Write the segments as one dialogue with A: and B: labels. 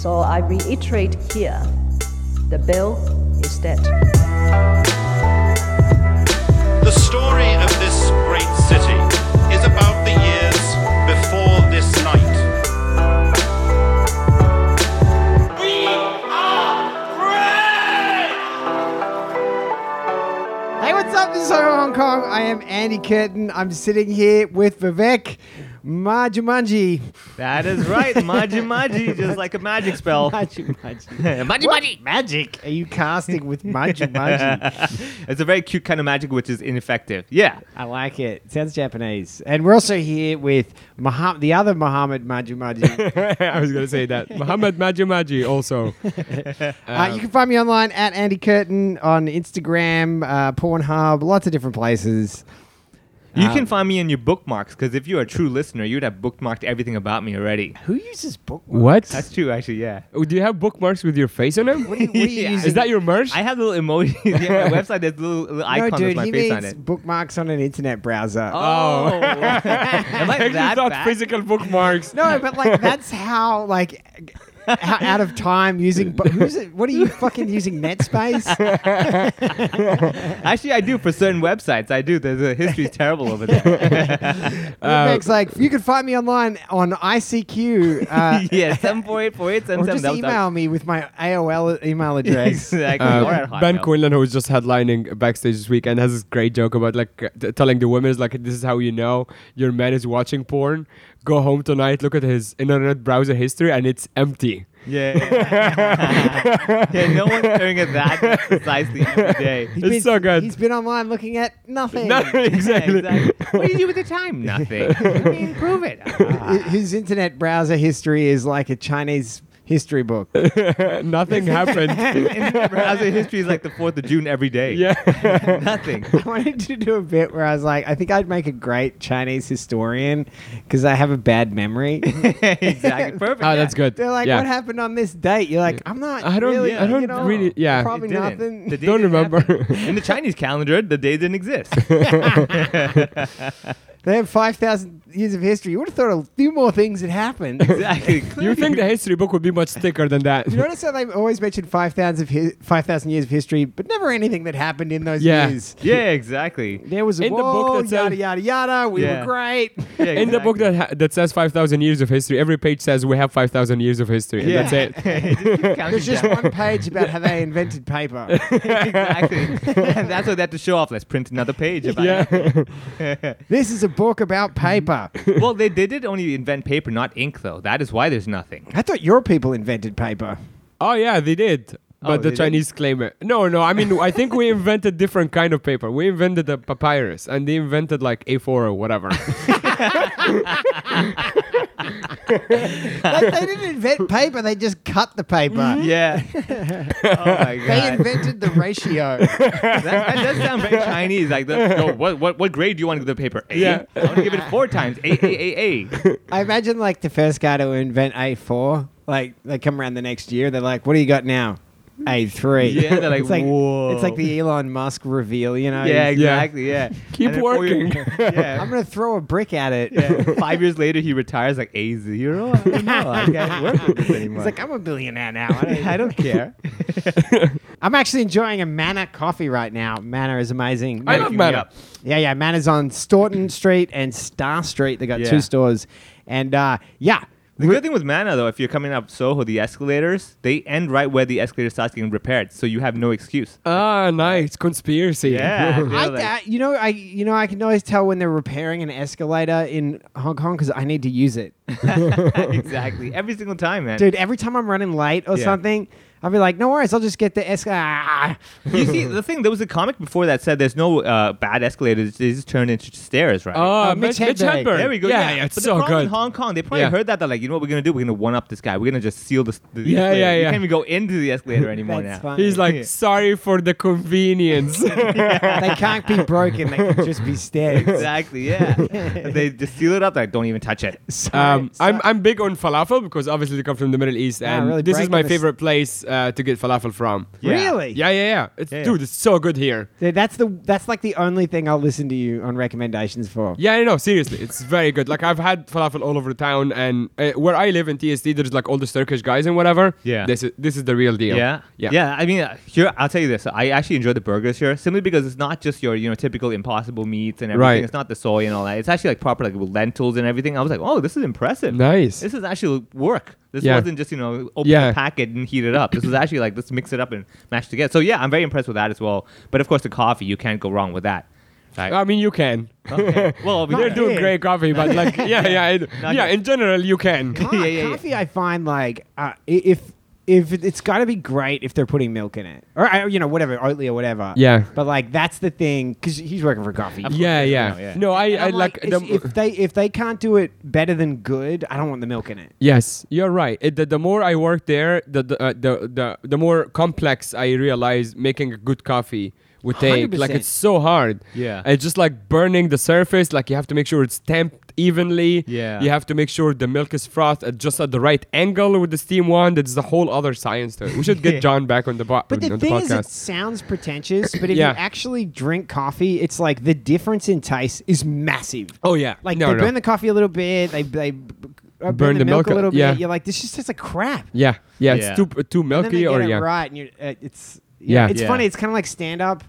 A: So I reiterate here the bill is dead.
B: The story of this great city is about the years before this night.
C: Hey, what's up? This is Hong Hong Kong. I am Andy Curtin. I'm sitting here with Vivek Majumanji.
D: That is right, Maji Maji, just like a magic spell.
C: Majumanji.
D: Maji
C: What magic are you casting with Majumanji?
D: it's a very cute kind of magic which is ineffective. Yeah.
C: I like it. Sounds Japanese. And we're also here with Muhammad, the other Muhammad Majumanji.
E: I was going to say that. Muhammad Majumaji also.
C: uh, you can find me online at Andy Curtin on Instagram, uh, Pornhub, lots of different places.
D: You
C: Um,
D: can find me in your bookmarks because if you're a true listener, you'd have bookmarked everything about me already.
C: Who uses book?
D: That's
E: What?
D: true, actually, yeah.
E: Oh, Do you have bookmarks with your face on them?
C: What are you, what are you
D: Yeah.
C: using?
E: Is that your merch?
D: I have little emojis. Yeah, my website, there's little, little
C: no,
D: icon
C: dude,
D: with my
C: he
D: face on
C: means
D: it.
C: bookmarks on an internet browser.
D: Oh. Am I
E: actually
D: that
E: thought
D: bad?
E: physical bookmarks.
C: No, but like that's how like how out of time using. But who's it, what are you fucking using NetSpace?
D: Actually, I do for certain websites. I do. There's a history's terrible over there.
E: Uh,
C: Vivek's like you can find me online on ICQ. Uh,
D: yeah, seven four eight four eight
C: Or
D: seven seven.
C: just email me with my AOL email address.
D: Exactly. Or
E: Uh,
D: at Hotmail.
E: ben Quinlan, who was just headlining backstage this weekend, has this great joke about like uh, t- telling the women, like, this is how you know your man is watching porn. Go home tonight, look at his internet browser history, and it's empty.
D: Yeah, yeah. yeah, no one's doing it that precisely every day.
C: He's
E: It's
C: been-
E: so good.
C: He's been online looking at nothing.
E: No, exactly.
D: Yeah, What do you do with the time? Nothing. Let me improve it. Ah.
C: Hi- Uh, His internet browser history is like a Chinese history book.
E: Nothing happened.
D: Internet browser history is like the 4th of June every day.
E: yeah.
D: Nothing.
C: I wanted to do a bit where I was like, I think I'd make a great Chinese historian because I have a bad memory.
D: exactly. Perfect.
E: Oh, that's good.
C: They're like,
E: yeah.
C: what happened on this date? You're like, I'm not.
E: I don't-
C: Really,
D: I
C: you
E: don't
C: know,
E: really- yeah.
D: It
C: Probably
D: didn't.
C: nothing.
D: The day
E: Don't
D: didn't
E: remember.
D: happen. In the Chinese calendar, the day didn't exist.
C: They have five thousand years of history. You would have thought a few more things had happened.
D: Exactly.
E: you think the history book would be much thicker than that?
C: You notice how they've always mentioned five thousand of hi- five thousand years of history, but never anything that happened in those
E: Yeah.
C: years.
D: Yeah, exactly.
C: There was a
E: In the
C: war,
E: book that said-
C: yada yada yada. We
D: Yeah.
C: were great.
D: Yeah,
E: In the book
D: exactly.
E: that ha- that says five thousand years of history, every page says we have five thousand years of history, and
D: Yeah.
E: that's it.
D: Just keep counting
C: There's just
D: down.
C: one page about how they invented paper.
D: exactly. and that's what they had to show off. Let's print another page about
E: Yeah.
D: it.
C: this is a book about paper.
D: well, they, they did only invent paper, not ink, though. That is why there's nothing.
C: I thought your people invented paper.
E: Oh yeah, they did.
D: Oh,
E: But
D: they
E: the
D: did?
E: Chinese claim it. No, no. I mean, I think we invented different kind of paper. We invented the papyrus, and they invented like A4 or whatever.
C: Like, they didn't invent paper; they just cut the paper.
D: Yeah. oh my
C: They
D: god.
C: invented the ratio.
D: that, that does sound very Chinese. Like, the, no, what, what what grade do you want to give the paper? A.
E: Yeah.
D: I want to give it four times. A A A A.
C: I imagine like the first guy to invent A four, like they come around the next year, they're like, "What do you got now?" A three.
D: Yeah, they're like,
C: it's like
D: "Whoa."
C: it's like the Elon Musk reveal, you know?
D: Yeah,
C: He's-
E: Yeah.
D: exactly. Yeah.
E: Keep
D: And then four
E: working.
D: years- yeah.
C: I'm gonna throw a brick at it.
D: yeah. Five years later, he retires like A zero. I don't know. I can't work with this anymore.
C: He's like, I'm a billionaire now. I don't,
D: I don't care.
C: I'm actually enjoying a Manor coffee right now. Manor is amazing.
E: I
C: Manor-
E: love
D: me
E: matter.
D: up.
C: Yeah, yeah. Manners on Staunton Street and Star Street. They got
D: Yeah.
C: two stores. And uh, yeah,
D: The good thing with Mana though, if you're coming up Soho, the escalators they end right where the escalator starts getting repaired, so you have no excuse.
E: Ah, nice conspiracy.
D: Yeah,
C: I,
D: like-
C: I- you know, I you know, I can always tell when they're repairing an escalator in Hong Kong because I need to use it,
D: exactly. Every single time, man.
C: dude. Every time I'm running late or
D: Yeah.
C: something, I'll be like, no worries, I'll just get the Ah, escalator.
D: You see, the thing there was a comic before that said there's no uh, bad escalators; they just turned into stairs, right?
E: Oh,
C: Uh, Mitch
E: Mitch, Mitch
C: Hedberg.
E: Hedberg.
D: there we go.
E: Yeah, yeah, it's
D: but the
E: so
D: problem
E: good.
D: in Hong Kong, they probably
E: Yeah.
D: heard that. They're like, you know what we're gonna do? We're gonna one up this guy. We're gonna just seal this. The
E: Yeah,
D: escalator.
E: yeah,
D: You
E: yeah.
D: can't even go into the escalator anymore
C: That's
D: now.
C: funny.
E: He's like, sorry for the convenience.
C: they can't be broken; they can just be stairs.
D: Exactly. Yeah. they just seal it up. Like, don't even touch it.
C: Sorry,
E: Um, I'm,
C: sorry.
E: I'm big on falafel because obviously they come from the Middle East,
C: Yeah,
E: and
C: really
E: this is
C: breaking
E: my
C: the s-
E: favorite place uh, to get falafel from.
D: Yeah.
C: Really?
E: Yeah, yeah, yeah. It's
D: Yeah, yeah.
E: dude, it's so good here.
C: Dude, that's the that's like the only thing I'll listen to you on recommendations for.
E: Yeah, I know. Seriously, it's very good. Like I've had falafel all over town, and uh, where I live in TSD, there's like all the Turkish guys and whatever.
D: Yeah.
E: this is this is the real deal.
D: Yeah.
E: yeah,
D: Yeah. I mean, uh, here I'll tell you this: I actually enjoy the burgers here simply because it's not just your you know typical impossible meats and everything.
E: Right.
D: It's not the soy and all that. It's actually like proper like with lentils and everything. I was like, oh, this is impressive.
E: Nice.
D: This is actually work. This
E: Yeah.
D: wasn't just you know open
E: Yeah.
D: a packet and heat it up. This was actually like let's mix it up and mash together. So yeah, I'm very impressed with that as well. But of course, the coffee you can't go wrong with that. Right.
E: I mean, you can.
D: Okay. Well, we-
E: They're doing
C: here.
E: great coffee, but like, yeah, yeah, I-
D: Not
E: yeah.
D: here.
E: In general, you can.
C: Co-
D: Yeah, yeah, yeah.
C: coffee, I find like uh, i- if if it- it's got to be great if they're putting milk in it or uh, you know whatever Oatly or whatever.
E: Yeah.
C: But like that's the thing because he's working for coffee.
D: Of
E: Yeah,
D: course,
E: yeah.
D: no, yeah.
E: No, I,
C: And
E: I
C: I'm
E: like.
C: if,
E: the,
C: if they if they can't do it better than good, I don't want the milk in it.
E: Yes, you're right. It, the, the more I work there, the the, uh, the the the more complex I realize making a good coffee would take. Like
C: 100%.
E: it's so hard.
D: Yeah.
E: It's just like burning the surface. Like you have to make sure it's tamped evenly.
D: Yeah.
E: You have to make sure the milk is frothed at just at the right angle with the steam wand. It's the whole other science to it. We should get John back on the, bo-
C: But the
E: on
C: thing
E: the
C: is,
E: podcast.
C: it sounds pretentious. But if
E: Yeah.
C: you actually drink coffee, it's like the difference in taste is massive.
E: oh yeah.
C: Like
E: no,
C: they
E: no.
C: burn the coffee a little bit, they they b- uh, burn, the, milk, a little
E: yeah.
C: bit. You're like, this just tastes like crap.
E: yeah. Yeah.
D: Yeah.
E: It's too too
C: And then
E: milky
C: they
E: or
C: get it
E: yeah.
C: right, and you're, uh, it's
E: Yeah.
C: yeah, it's
D: Yeah.
C: funny. It's kind of like stand up,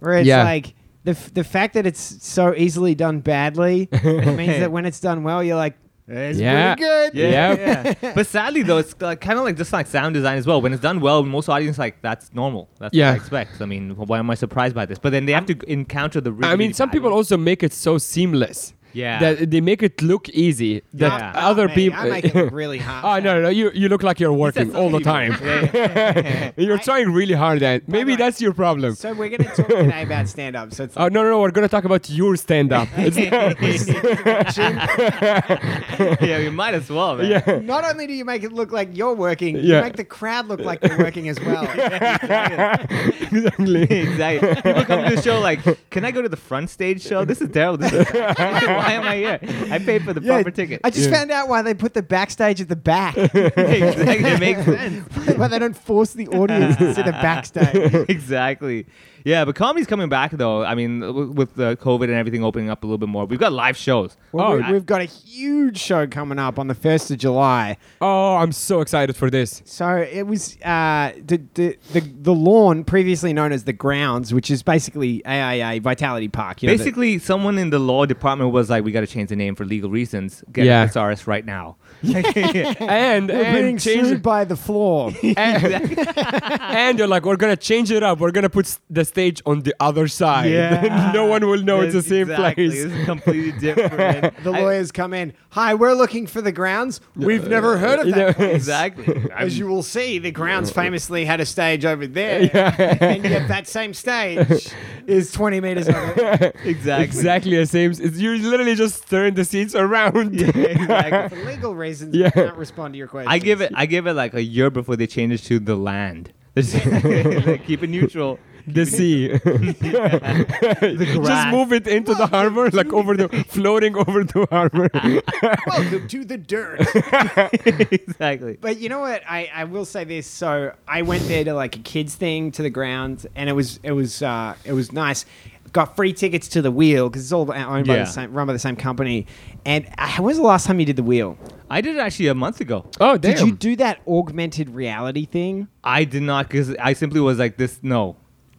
C: where it's
E: Yeah.
C: like the f- the fact that it's so easily done badly means that when it's done well, you're like, it's
E: Yeah.
C: pretty good.
E: Yeah.
D: yeah. but sadly though, it's like, kind of like just like sound design as well. When it's done well, most audience like that's normal. That's
E: Yeah.
D: what I expect. I mean, why am I surprised by this? But then they have to encounter the. Really,
E: I mean,
D: really
E: some
D: bad
E: people
D: ones.
E: also make it so seamless.
D: Yeah.
E: That they make it look easy. That
D: Yeah.
E: other
C: Mate,
E: people.
C: Oh, I make it look really hard.
E: Oh no, no, no! You you look like you're
D: That's
E: working
D: some
E: all the
D: people.
E: time.
D: Yeah, yeah.
E: You're trying really hard at. Maybe
C: way-
E: that's your problem.
C: So we're gonna talk today about stand up. So it's
E: Oh no, no, no! We're gonna talk about your stand-up. It's-
D: yeah, we might as well, man.
E: yeah,
C: not only do you make it look like you're working,
E: Yeah.
C: you make the crowd look like they're working as well.
E: exactly.
D: exactly. People come to the show like, can I go to the front stage show? This is terrible. This is why am I here? I paid for the proper ticket.
C: I just
E: Yeah.
C: found out why they put the backstage at the back.
D: exactly. It makes sense.
C: why they don't force the audience to sit at backstage.
D: exactly. Yeah, but comedy's coming back though. I mean, w- with the COVID and everything opening up a little bit more, we've got live shows.
C: Well,
E: Oh,
C: we,
E: I-
C: we've got a huge show coming up on the first of July.
E: Oh, I'm so excited for this.
C: So it was uh, the, the the the lawn, previously known as the grounds, which is basically AIA Vitality Park. You know, the-
D: Basically, someone in the law department was like, "We got to change the name for legal reasons. Get
E: Yeah.
D: yeah. SRS right now." yeah,
E: And
C: we're being
E: and
C: sued
E: change
C: by the floor.
E: and you're like, we're gonna change it up. We're gonna put s- the stage on the other side.
D: Yeah.
E: no one will know it's the same
D: Exactly.
E: place.
D: It's completely different.
C: the
D: I-
C: lawyers come in. Hi, we're looking for the grounds. We've
E: Uh,
C: never heard of that. place."
D: exactly.
C: As you will see, the grounds famously had a stage over there, and yet that same stage is 20 meters over.
D: Exactly.
E: Exactly the same. It's, you literally just turn the seats around.
D: exactly.
C: For legal reasons,
E: Yeah.
C: I can't respond to your question.
D: I give it. I give it like a year before they change it to the land. Like, keep it neutral.
E: the sea. Just
D: grass.
E: move it into the harbor, like over the floating over the harbor.
C: Welcome to the dirt.
D: exactly.
C: But you know what? I, I will say this. So I went there to like a kids thing to the ground, and it was it was uh, it was nice. Got free tickets to the wheel because it's all owned by
D: Yeah.
C: the same, run by the same company. And uh, when was the last time you did the wheel?
D: I did it actually a month ago.
E: Oh,
C: Did you do that augmented reality thing?
D: I did not because I simply was like this. No.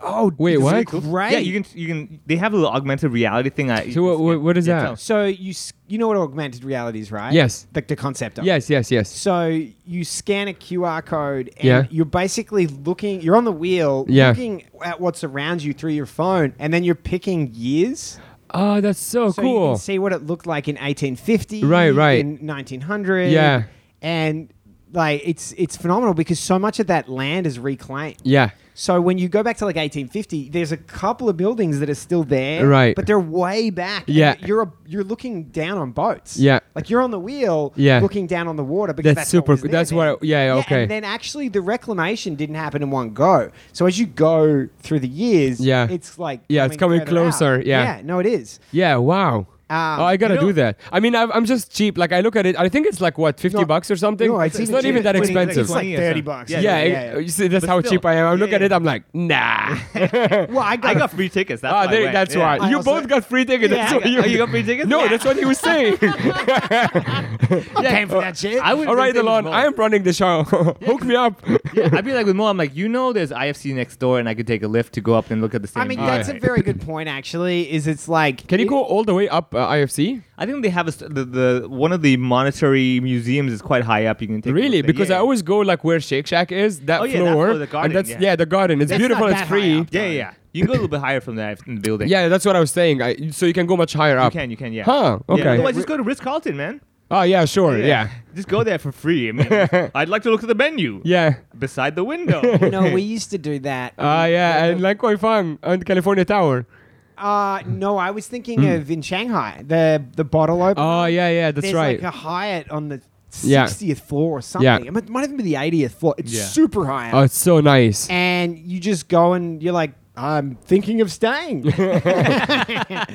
C: Oh,
E: Wait,
C: this
E: what?
C: is Great.
D: Yeah, you can. You can. They have a little augmented reality thing. I,
E: So what- what- what is that?
D: tell.
C: So you s- you know what augmented reality is, right?
E: Yes.
C: Like the concept of. it.
E: yes, yes, yes.
C: So you scan a QR code and
E: Yeah.
C: you're basically looking, you're on the wheel,
E: Yeah.
C: looking at what's around you through your phone, and then you're picking years.
E: Oh, that's so,
C: So you
E: cool.
C: can see what it looked like in 1850,
E: Right, right.
C: in 1900.
E: Yeah.
C: And like it's it's phenomenal because so much of that land is reclaimed.
E: yeah.
C: So when you go back to like 1850, there's a couple of buildings that are still there,
E: Right.
C: But they're way back. and
E: Yeah.
C: you're a, you're looking down on boats.
E: Yeah.
C: like you're on the wheel,
E: Yeah.
C: looking down on the water because
E: That's
C: that's, what
E: super
C: was
E: cool.
C: there
E: That's
C: then.
E: what I- yeah, okay.
C: And then actually, the reclamation didn't happen in one go. So as you go through the years,
E: Yeah.
C: it's like
E: Yeah, it's coming
C: further out.
E: closer, yeah.
C: yeah, no, it is.
E: Yeah, wow.
C: Um,
E: Oh, I gotta
D: you know-
E: do that. I mean, I've, I'm just cheap. Like I look at it, I think it's like what fifty
C: No,
E: bucks or something.
C: no,
E: it's, not even that
C: cheaper. It's like-
E: expensive.
C: It's like
D: 20 or
C: thirty
D: something.
C: bucks.
D: Yeah,
E: yeah, it- you see, that's
D: But
E: how
D: still,
E: cheap I am. I look
D: yeah,
E: at it,
D: yeah.
E: I'm like, nah.
C: Well, I got,
D: I got free tickets. That's
E: Ah,
D: why I
E: there-
D: went.
E: that's
D: Yeah.
E: right.
C: I
E: you
C: also-
E: both got free tickets.
C: Yeah,
E: that's
C: I
E: what
D: got-
E: you,
D: oh, you got free tickets?
E: No,
D: Yeah.
E: that's what he was saying.
C: I'm paying for that shit.
D: I would
E: All right,
D: consider
E: Elon,
D: more.
E: I am running the show. Hook me up.
D: yeah, I'd be like with Mo. I'm like, you know, there's IFC next door, and I could take a lift to go up and look at the same.
C: I mean,
D: view,
C: that's
D: right?
C: a very good point. Actually, is it's like
E: Can you go all the way up uh, IFC?
D: I think they have a st- the, the one of the monetary museums is quite high up. You can take a
E: Really?
D: look at-
E: Because
D: yeah,
E: I
D: yeah.
E: always go like where Shake Shack is, that
D: Oh, yeah, that
E: floor.
D: floor, the garden,
E: and that's
D: yeah.
E: the garden. It's
C: That's
E: beautiful.
C: not
E: It's
C: that
E: free.
C: high up.
D: yeah, yeah, yeah. You can go a little bit higher from the from the building.
E: Yeah, that's what I was saying. I, so you can go much higher
D: you
E: up.
D: can, you can, yeah.
E: Huh,
D: Yeah,
E: okay.
D: Otherwise, just go to Ritz Carlton, man.
E: Oh yeah, sure. Yeah.
D: Just go there for free. I mean, I'd like to look at the menu.
E: Yeah.
D: Beside the window.
C: no, we used to do that.
E: Ah yeah, and like Koi Fang and California Tower.
C: Uh, no, I was thinking of in Shanghai the the bottle opener.
E: hmm. Oh yeah, yeah, that's
C: There's
E: right.
C: like a Hyatt on the
E: Yeah.
C: sixtieth floor or something.
E: Yeah.
C: It might, might even be the eightieth floor. It's
D: Yeah.
C: super high.
E: oh,
C: up.
E: it's so nice.
C: and you just go and you're like, I'm thinking of staying.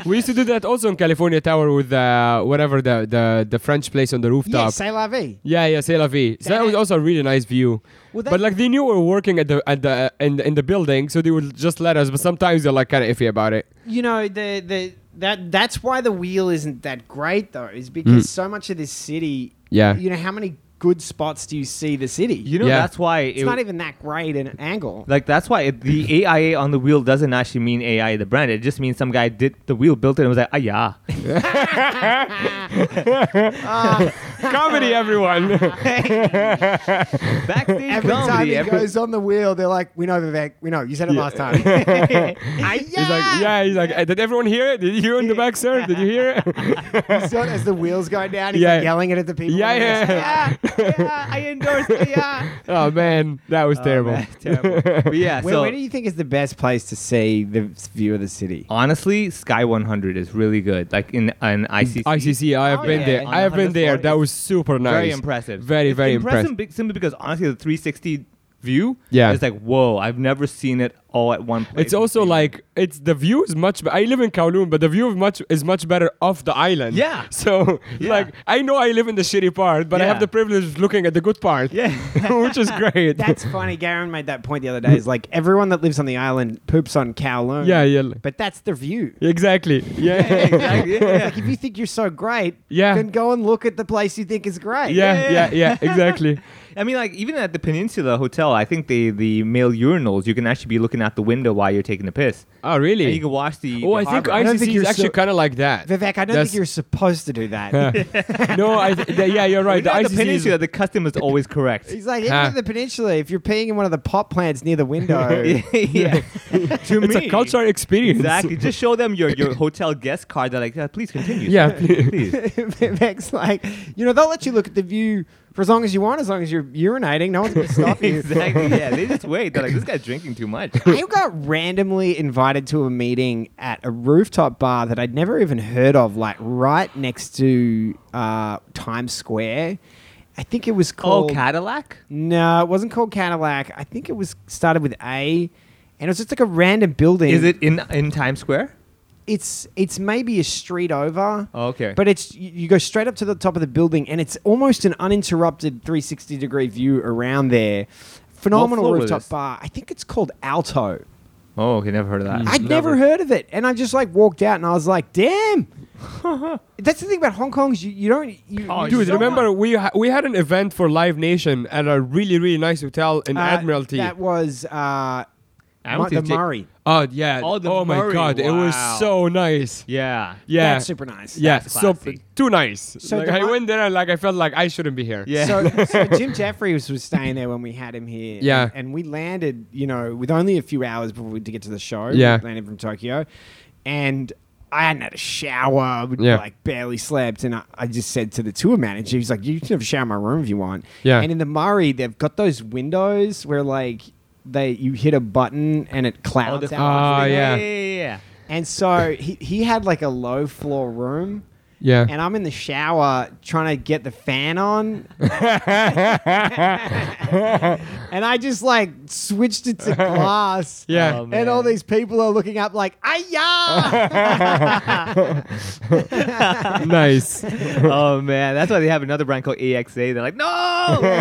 E: We used to do that also in California Tower with uh, whatever the, the the French place on the
C: yeah,
E: rooftop.
C: say la vie.
E: yeah, yeah, C'est la vie. So that was also a really nice view.
C: Well, that-
E: but like they knew we were working at the at the in the, in the building, so they would just let us. But sometimes they're like kind of iffy about it.
C: you know the the that that's why the wheel isn't that great though is
D: Hmm.
C: because so much of this city
E: Yeah.
C: you know how many good spots do you see the city
D: you know,
E: Yeah.
D: that's why
C: it's
D: it-
C: not even that great an angle
D: Like that's why it, the AIA on the wheel doesn't actually mean AIA the brand. It just means some guy did the wheel, built it, and was like, ah, yeah.
E: Comedy, everyone.
D: Backstage
C: every
D: comedy.
C: time he
D: every-
C: goes on the wheel they're like we know Vivek we know you said it last time Ah,
E: He's like, yeah. He's like, "Uh, did everyone hear it? Did you hear in the back, sir? Did you hear it?
C: You saw it as the wheels going down he's
E: Yeah.
C: like yelling it at the people
E: Yeah,
C: on the
E: yeah.
C: wheels. yeah yeah I endorse it, yeah
E: oh man, that was terrible.
D: Man, terrible. But yeah,
C: where,
D: so
C: where do you think is the best place to see the view of the city
D: honestly, Sky 100 is really good. Like in an ICC.
E: ICC, I have
C: Oh,
E: been
C: yeah.
E: there.
D: On
E: I have
D: the
E: been
D: hundredth
E: there.
D: floor,
E: That
D: it's
E: was super nice.
D: Very impressive.
E: Very,
D: It's
E: very
D: impressive.
E: impressive.
D: be- Simply because honestly, the 360 view
E: Yeah.
D: is like, whoa, I've never seen it all at one place.
E: It's also
D: before.
E: like it's the view is much. Be- I live in Kowloon, but the view of much is much better off the island.
D: Yeah.
E: So
D: Yeah.
E: like I know I live in the shitty part, but I have
D: Yeah.
E: the privilege of looking at the good part.
D: Yeah.
E: which is great.
C: That's funny. Garen made that point the other day. Is like everyone that lives on the island poops on Kowloon.
E: yeah, yeah,
C: But that's the view.
E: exactly. Yeah.
D: Exactly, yeah, yeah.
C: Like if you think you're so great,
E: Yeah.
C: then go and look at the place you think is great.
E: Yeah, yeah, yeah, exactly.
D: I mean, like even at the Peninsula Hotel, I think the the male urinals you can actually be looking out the window while you're taking a piss.
E: Oh,
D: And you
E: really?
D: can watch the.
E: Oh,
D: the
E: I think
D: harbor.
C: I don't
E: ICC
C: think
E: is
C: you're
E: actually
C: so-
E: kind of like that.
C: Vivek, I don't
E: That's-
C: think you're supposed to do that.
E: Yeah. no, I. Th- th- yeah, you're right.
D: When
E: The
D: you're at
E: ICC
D: the
E: is-
D: Peninsula, the custom is always correct.
C: He's like, even
E: Huh.
C: at the peninsula, if you're peeing in one of the pot plants near the window,
D: yeah. to
E: it's
D: me,
E: a cultural experience.
D: Exactly. Just show them your, your hotel guest card. They're like, "Uh, please continue. sir.
E: Yeah, please.
C: Vivek's like, you know, they'll let you look at the view for as long as you want, as long as you're urinating. No one's going to stop you.
D: exactly. Yeah, they just wait. They're like, this guy's drinking too much.
C: I got randomly invited to a meeting at a rooftop bar that I'd never even heard of, like right next to uh, Times Square. I think it was
D: Oh,
C: called.
D: Cadillac?
C: No, it wasn't called Cadillac. I think it was started with A, and it was just like a random building.
D: Is it in in Times Square?
C: It's it's maybe a street over.
D: Oh, okay.
C: But it's you you go straight up to the top of the building, and it's almost an uninterrupted 360 degree view around there. Phenomenal
D: floor was
C: rooftop
D: this?
C: bar. I think it's called Alto.
D: Oh, okay. Never heard of that.
C: I'd never. heard of it, and I just like walked out, and I was like, "Damn!" That's the thing about Hong Kong's you, you don't you,
D: Oh,
C: you
E: Dude,
C: don't-
E: remember we ha- we had an event for Live Nation at a really really nice hotel in
C: Uh,
E: Admiralty.
C: That was uh,
D: I
C: Mu-
D: don't
C: the
D: think Jake-
C: Murray.
E: oh yeah.
D: Oh,
E: Oh,
D: the
E: my
D: Murray,
E: god, it was
D: wow.
E: so nice.
D: Yeah.
E: Yeah.
C: That's super nice.
E: yeah,
D: That's
E: so
D: classy.
E: too nice.
C: So
E: like,
C: the
E: I
C: one-
E: went there and like I felt like I shouldn't be here.
D: Yeah.
C: So, so Jim Jeffries was staying there when we had him here.
E: Yeah.
C: And, and we landed, you know, with only a few hours before we to get to the show.
E: Yeah.
C: We landed from Tokyo, and I hadn't had a shower. We
E: Yeah.
C: like barely slept, and I, I just said to the tour manager, he's like, "You can have a shower in my room if you want."
E: Yeah.
C: And in the Murray, they've got those windows where like. They you hit a button and it
D: Oh,
C: clouds
D: the oh.
C: out,
E: Ah,
D: yeah.
E: yeah.
D: yeah, yeah.
C: and so he, he had like a low floor room,
E: Yeah.
C: and I'm in the shower trying to get the fan on, and I just like switched it to glass.
E: Yeah.
D: Oh,
C: and all
D: man.
C: these people are looking up like, "Aya!" Um,
E: nice.
D: oh man, that's why they have another brand called EXA. They're like, no,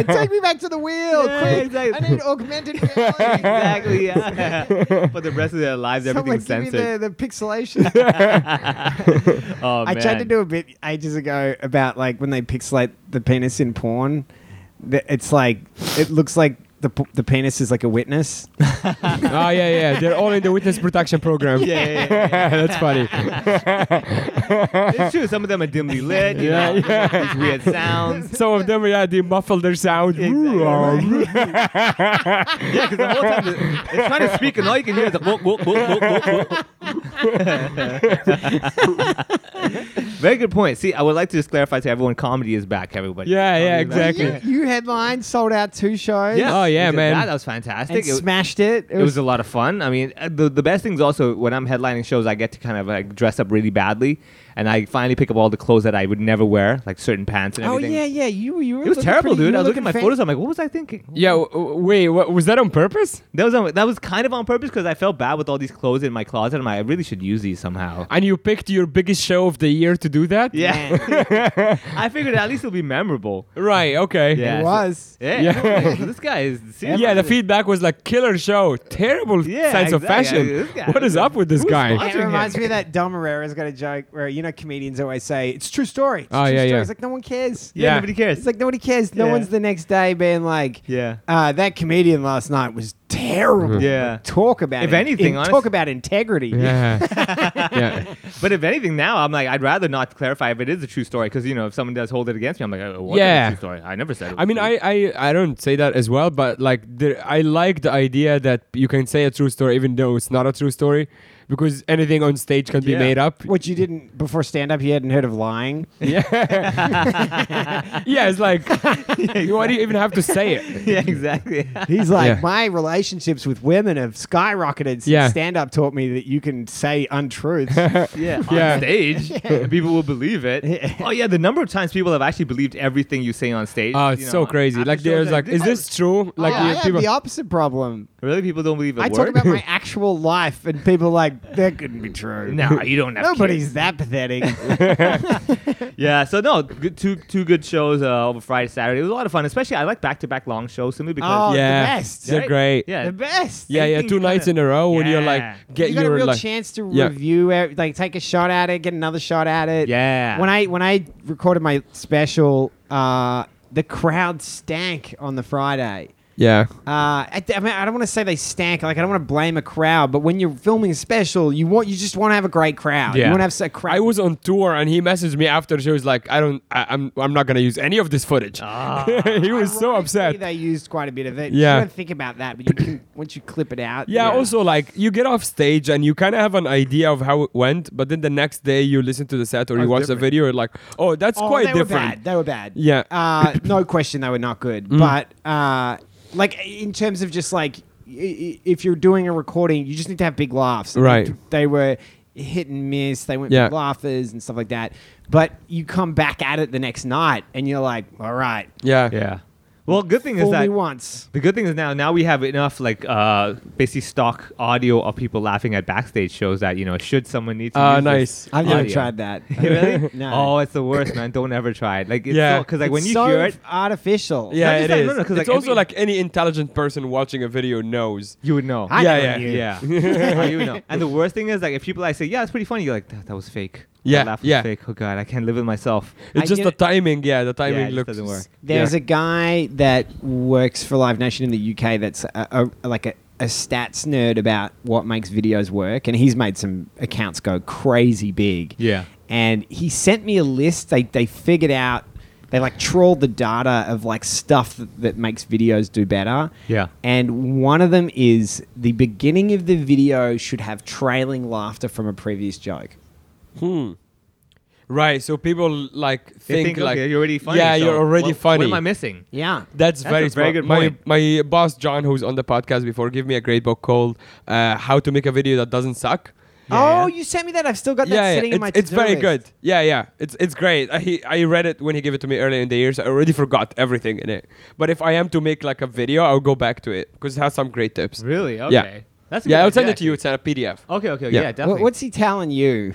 C: Take me back to the wheel,
D: Yeah,
C: quick!
D: exactly.
C: I need augmented reality.
D: exactly. Yeah. For the rest of their lives,
C: Someone
D: everything's
C: give me
D: censored.
C: the, the pixelation.
D: oh,
C: I
D: man.
C: tried to do a bit ages ago about like when they pixelate the penis in porn. th- It's like it looks like the p- the penis is like a witness.
E: oh yeah, yeah. They're all in the witness protection program.
D: Yeah, yeah, yeah,
E: that's funny.
D: yeah. it's true. Some of them are dimly lit. You yeah, know, These weird sounds.
E: Some of them, yeah, they muffle their sound.
D: Exactly. Yeah, because the whole time the- it's trying to speak, and all you can hear is a whoop, whoop, whoop, whoop, whoop, whoop. Very good point. See, I would like to just clarify to everyone: comedy is back, everybody.
E: Yeah, yeah,
D: Comedy is back.
E: exactly.
C: You, you headlined, sold out two shows.
D: Yes,
E: Oh, yeah,
D: we did
E: man.
D: That, that was fantastic.
C: and
D: It-
C: smashed it.
D: it was a lot of fun. I mean, uh, the the best thing is also when I'm headlining shows, I get to kind of like dress up really badly, and I finally pick up all the clothes that I would never wear, like certain pants and
C: Oh
D: everything.
C: yeah, yeah. You were. You were
D: It was
C: looking
D: terrible,
C: pretty- you
D: dude. I
C: were
D: look at my
C: looking
D: photos. I'm like, what was I thinking?
E: Yeah. W- w- wait. What, was that on purpose?
D: That was on, that was kind of on purpose because I felt bad with all these clothes in my closet. I'm like, I really should use these somehow.
E: And you picked your biggest show of the year to do that?
D: Yeah, I figured at least it'll be memorable.
E: Right. Okay.
D: Yeah.
C: It was.
D: Yeah,
E: Yeah.
D: everyone's like, this guy is seriously-
E: Yeah, the feedback was like killer show, terrible
D: Yeah,
E: sense of
D: exactly.
E: fashion.
D: This guy-
E: what is up with this
D: Who's
E: guy?
D: sponsoring
C: It reminds me of that Dom Herrera's got a joke where you know comedians always say it's true story. It's
E: Oh,
C: true
E: yeah,
C: story.
E: yeah.
C: It's like no one cares.
D: Yeah,
E: Yeah.
D: nobody cares.
C: It's like nobody cares. No
D: Yeah.
C: one's the next day being like,
D: yeah,
C: uh, that comedian last night was terrible.
D: yeah.
C: Talk about
D: If
C: it-
D: anything,
C: in-
D: honest-
C: talk about integrity.
E: Yeah. yeah.
D: But if anything, now I'm like, I'd rather not clarify if it is a true story because you know if someone does hold it against me, I'm like, oh, what
E: Yeah.
D: a true story? I never said. It was
E: I mean,
D: true.
E: I, I, I don't say that as well, but like, there, I like the idea that you can say a true story even though it's not a true story, because anything on stage can be
D: Yeah.
E: made up.
C: Which you didn't before stand up. You hadn't heard of lying.
E: Yeah, it's like, why do you even have to say it?
D: yeah, exactly.
C: He's like,
E: Yeah.
C: my relationships with women have skyrocketed since
E: Yeah.
C: stand up taught me that you can say untruths.
D: yeah,
E: Yeah.
D: on stage, and people will believe it. Oh yeah, the number of times people have actually believed everything you say on stage.
E: Oh, it's
D: you
E: so
D: know,
E: crazy.
D: after
E: Like,
D: shows,
E: there's like, is
D: oh,
E: this true? Like,
C: I
E: you-
C: have
E: people,
C: the opposite problem.
D: really people don't believe a
C: I
D: word?
C: talk about my actual life, and people are like, that couldn't be true.
D: no, you don't have
C: Nobody's
D: kids.
C: that pathetic.
D: Yeah, so no, good, two two good shows uh, over Friday, Saturday. It was a lot of fun, especially I like back to back long shows simply because
C: Oh,
E: yeah,
C: the best.
E: they're
D: Right?
E: great.
D: Yeah.
C: the best.
E: yeah, yeah,
D: Anything
E: two
D: you
E: nights in
D: kinda-
E: a row when you're
D: Yeah.
E: like, get
C: you got a
E: your
C: real
E: like,
C: chance to
E: Yeah.
C: review, it, like take a shot at it, get another shot at it.
D: Yeah.
C: When I when I recorded my special, uh, the crowd stank on the Friday.
E: yeah,
C: Uh, I, I mean, I don't want to say they stank. Like, I don't want to blame a crowd, but when you're filming a special, you want you just want to have a great crowd. You
E: Yeah.
C: want to have s- a crowd.
E: I was on tour and he messaged me after the show. He's like, I don't, I, I'm, I'm not gonna use any of this footage. he was so
C: Ironically,
E: upset.
C: They used quite a bit of it.
E: Yeah.
C: You don't think about that, but you can once you clip it out.
E: Yeah, Also, like you get off stage and you kind of have an idea of how it went, but then the next day you listen to the set or you watch the video, you're like, oh, that's
C: Oh,
E: quite
C: they
E: different.
C: Were bad. They were bad.
E: Yeah. Mm.
C: Uh, no question, they were not good. But uh, like in terms of just like i- i- if you're doing a recording, you just need to have big laughs.
E: Right.
C: They were hit and miss. They went
E: Yeah.
C: big laughers and stuff like that. But you come back at it the next night and you're like, all right,
E: Yeah.
D: yeah. Well, good thing is
C: fool me
D: that
C: once.
D: The good thing is now, now we have enough like uh, basically stock audio of people laughing at backstage shows that you know should someone need to.
E: Ah,
D: use
E: nice.
D: this
C: I've never
D: audio.
C: tried that.
D: really?
C: Oh, No.
D: Oh, it's the worst, man. Don't ever try it. Like, it's
E: Yeah.
D: because like when
C: It's
D: you
C: so
D: hear it,
C: artificial.
E: Yeah,
D: just
E: it
D: that,
E: is.
D: no, no, 'cause, like,
E: it's also
D: every-
E: like any intelligent person watching a video knows.
D: you would know.
C: I
E: Yeah,
C: never
E: yeah,
C: knew.
D: yeah, Oh, you would know. And the worst thing is like if people like say, "Yeah, it's pretty funny," you're like, "That, that was fake." That
E: Yeah,
D: laugh was
E: yeah.
D: fake. Oh god, I can't live with myself.
E: It's
C: I
E: just
C: get
E: the
C: it.
E: timing. Yeah, the
D: Yeah,
E: timing
D: it just
E: looks
D: doesn't work.
C: There's
E: yeah.
C: a guy that works for Live Nation in the UK that's a, a, like a, a stats nerd about what makes videos work, and he's made some accounts go crazy big.
D: Yeah.
C: And he sent me a list. They, they figured out, they like trawled the data of like stuff that, that makes videos do better.
D: Yeah.
C: And one of them is the beginning of the video should have trailing laughter from a previous joke.
E: right. So people like
D: They
E: think,
D: think,
E: like
D: okay, you're already funny.
E: Yeah,
D: so
E: you're already
D: what-
E: funny.
D: What am I missing?
C: Yeah.
D: That's
E: That's, very,
D: a very
E: smart.
D: good point.
E: My my boss John, who's on the podcast before, gave me a great book called uh, "How to Make a Video That Doesn't Suck."
C: oh,
E: yeah.
C: you sent me that. I've still got that
E: yeah,
C: sitting
E: yeah.
C: in my.
E: It's, it's
C: to-do
E: very
C: list.
E: good. Yeah, yeah. It's it's great. I he- I read it when he gave it to me earlier in the year, so I already forgot everything in it. But if I am to make like a video, I'll go back to it because it has some great tips.
D: Really? Oh, Okay.
E: Yeah.
D: That's a
E: Yeah,
D: good
E: I'll send
D: idea,
E: it to you. It's in a PDF.
D: actually. Okay. Okay. Yeah.
E: Yeah. What-
C: Wha-
D: definitely.
C: what's he telling you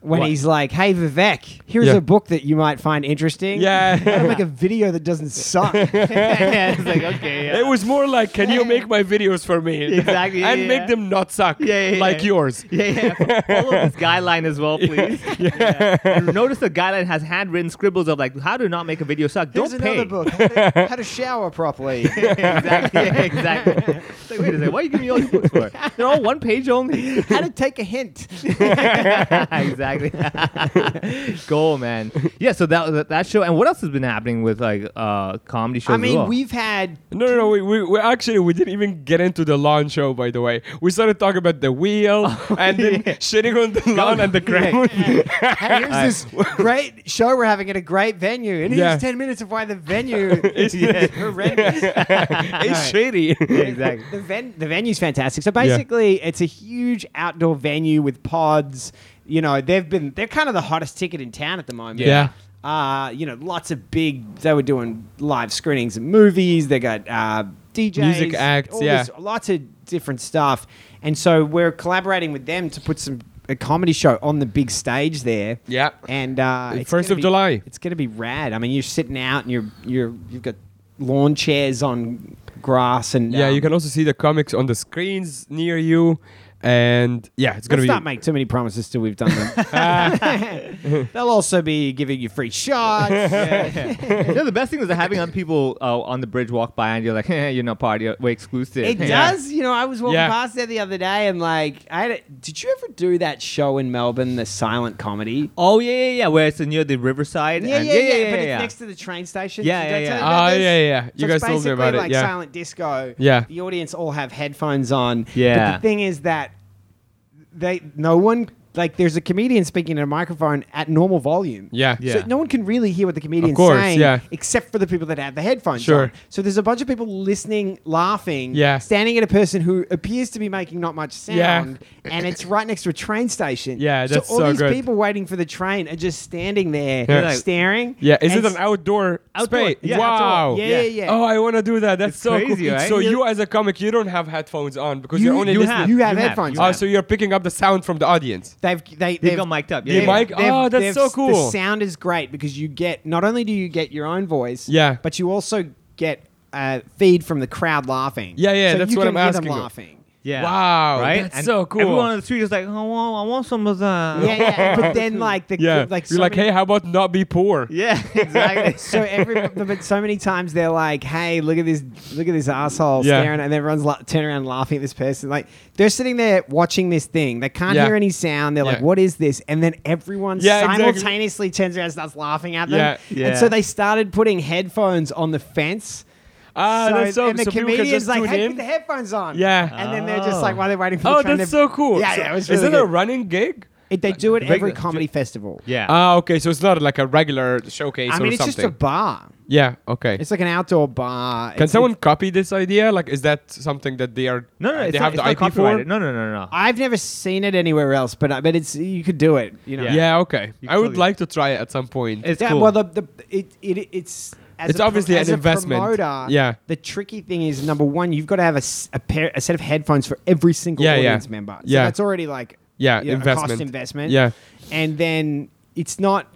C: when
D: What?
C: he's like, "Hey, Vivek, here's
E: Yeah.
C: a book that you might find interesting.
E: Yeah.
C: How to make a video that doesn't suck."
D: yeah, it's like okay. Yeah.
E: It was more like, can you make my videos for me?
D: Exactly, yeah,
E: and
D: yeah,
E: make
D: yeah.
E: them not suck
D: Yeah, yeah,
E: like
D: yeah.
E: yours.
D: Yeah, yeah. yeah. Follow this guideline as well, please. Yeah. And notice the guideline has handwritten scribbles of like how to not make a video suck.
C: Here's
D: Don't
C: another
D: pay.
C: book. How to, how to shower properly.
D: exactly. Yeah, exactly. It's like, wait a second. Why are you giving me all these books for? They're all one page only.
C: how to take a hint.
D: exactly. Goal, man. Yeah. So that, that that show. And what else has been happening with like uh comedy shows?
C: I
D: as
C: mean,
D: well?
C: we've had
E: No, no, no. We, we, we actually we didn't even get into the lawn show. By the way, we started talking about the wheel
C: Oh,
E: and then shitting on the lawn and the ground.
C: Hey, here's this great show we're having at a great venue, and here's
E: Yeah.
C: 10 minutes of why the venue is horrendous.
E: it's shady.
D: exactly.
C: The, ven- the venue's fantastic. So basically, it's a huge outdoor venue with pods. You know, they've been, they're kind of the hottest ticket in town at the moment.
E: Yeah.
C: Uh, you know, lots of big, they were doing live screenings of movies. They got uh, DJs,
E: Music acts,
C: all
E: yeah.
C: this- lots of different stuff. And so we're collaborating with them to put some a comedy show on the big stage there.
E: Yeah.
C: And uh, it's
E: First
C: gonna
E: of
C: be-
E: July.
C: It's going to be rad. I mean, you're sitting out and you're you're you've got lawn chairs on grass and
E: Yeah,
C: um,
E: you can also see the comics on the screens near you, and yeah, it's gonna
C: Let's
E: be.
C: not make too many promises till we've done them. They'll also be giving you free shots.
D: You know, the best thing is having other people uh, on the bridge walk by and you're like, eh, you're not part of We're exclusive.
C: It
D: Yeah.
C: does. You know, I was walking
E: Yeah.
C: past there the other day and like, I had a, did you ever do that show in Melbourne, the silent comedy?
D: Oh yeah, yeah, yeah. Where it's near the riverside.
C: Yeah,
D: and-
C: yeah, yeah, but it's
D: yeah.
C: next to the train station.
D: Yeah,
C: Did
D: yeah,
C: I tell
D: yeah.
C: you about
E: Ah,
C: this?
E: yeah, yeah. You
C: So
E: guys
C: it's
E: told me
C: basically
E: about
C: like
E: it. Yeah.
C: silent disco.
E: Yeah.
C: The audience all have headphones on.
D: Yeah.
C: But the thing is that they no one like there's a comedian speaking in a microphone at normal volume.
E: Yeah.
D: Yeah.
C: So no one can really hear what the comedian's
E: course,
C: saying
E: yeah.
C: except for the people that have the headphones
E: Sure.
C: on. So there's a bunch of people listening, laughing,
E: Yeah.
C: standing at a person who appears to be making not much sound and it's right next to a train station.
E: Yeah, that's
C: so all
E: so
C: these
E: good.
C: people waiting for the train are just standing there
E: Yeah.
C: staring.
E: Yeah, is
C: And
E: it an
C: s-
E: outdoor,
D: Outdoor,
E: space?
D: yeah,
E: wow.
D: outdoor.
C: Yeah, yeah, yeah.
E: Oh, I want to do that. That's
D: It's
E: so
D: crazy,
E: cool.
D: right?
E: So
D: You-
E: you as a comic, you don't have headphones on because
C: You-
E: you, are only
C: you
E: listening.
C: have- you have headphones.
D: you
E: Oh,
D: have.
E: so you're picking up the sound from the audience.
C: They've they
D: They've
C: they've-
D: got mic'd up. Yeah,
E: They
D: yeah.
E: mic- Oh, that's so cool.
C: The sound is great because you get not only do you get your own voice,
E: Yeah.
C: but you also get a feed from the crowd laughing.
E: Yeah, yeah,
C: So
E: that's
C: you
E: what
C: can
E: I'm
C: hear
E: asking
C: Them
E: of.
C: laughing.
D: Yeah.
E: Wow,
D: Right.
E: that's
D: And
E: so cool.
D: Everyone on the street is like, oh, well, I want some of that.
C: Yeah, yeah. but then like the
E: Yeah.
C: like
E: you're
C: so
E: like,
C: many-
E: hey, how about not be poor?
D: Yeah, exactly.
C: So every but so many times they're like, "Hey, look at this, look at this asshole
E: Yeah.
C: staring," and everyone's la- turn around laughing at this person. Like they're sitting there watching this thing. They can't
E: Yeah.
C: hear any sound. They're like,
E: Yeah.
C: "What is this?" And then everyone
E: Yeah, exactly.
C: simultaneously turns around and starts laughing at them.
E: Yeah.
D: Yeah.
C: And so they started putting headphones on the fence.
E: Ah,
C: So-
E: that's so.
C: and the
E: so people can
C: comedian's
E: just
C: like,
E: tune
C: "Hey,
E: in.
C: put the headphones on."
E: Yeah.
C: And then they're just like, while they're waiting for the
E: Oh,
C: train,
E: that's
C: they're-
E: so cool.
C: Yeah,
E: So
C: yeah, it was
E: is
C: really
E: it a
C: good.
E: running gig?
C: It- they do it every
D: Big-
C: comedy festival.
D: yeah.
E: Ah, okay. So it's not like a regular showcase
C: I mean,
E: or
C: it's just
E: something.
C: a bar.
E: yeah. Okay.
C: It's like an outdoor bar.
E: Can
C: It's-
E: someone copy this idea? Like, is that something that they are?
D: no, no,
E: they
D: it's
E: have
D: not,
E: the
D: it's not
E: IP for.
D: copyrighted. No, no, no, no.
C: I've never seen it anywhere else, but I but it's you could do it. You know.
E: Yeah.
D: Yeah.
E: okay.
D: You
E: I would
D: totally-
E: like to try it at some point.
D: It's
C: yeah,
D: cool.
C: Well, the, the it, it it's as
E: It's
C: a pro-
E: obviously an
C: as a
E: investment.
C: Promoter,
E: Yeah.
C: The tricky thing is number one, you've got to have a, s- a pair a set of headphones for every single
E: Yeah, yeah.
C: audience member. So
E: Yeah.
C: That's already like
E: Yeah,
C: you know, A
E: investment.
C: cost investment.
E: Yeah.
C: And then it's not.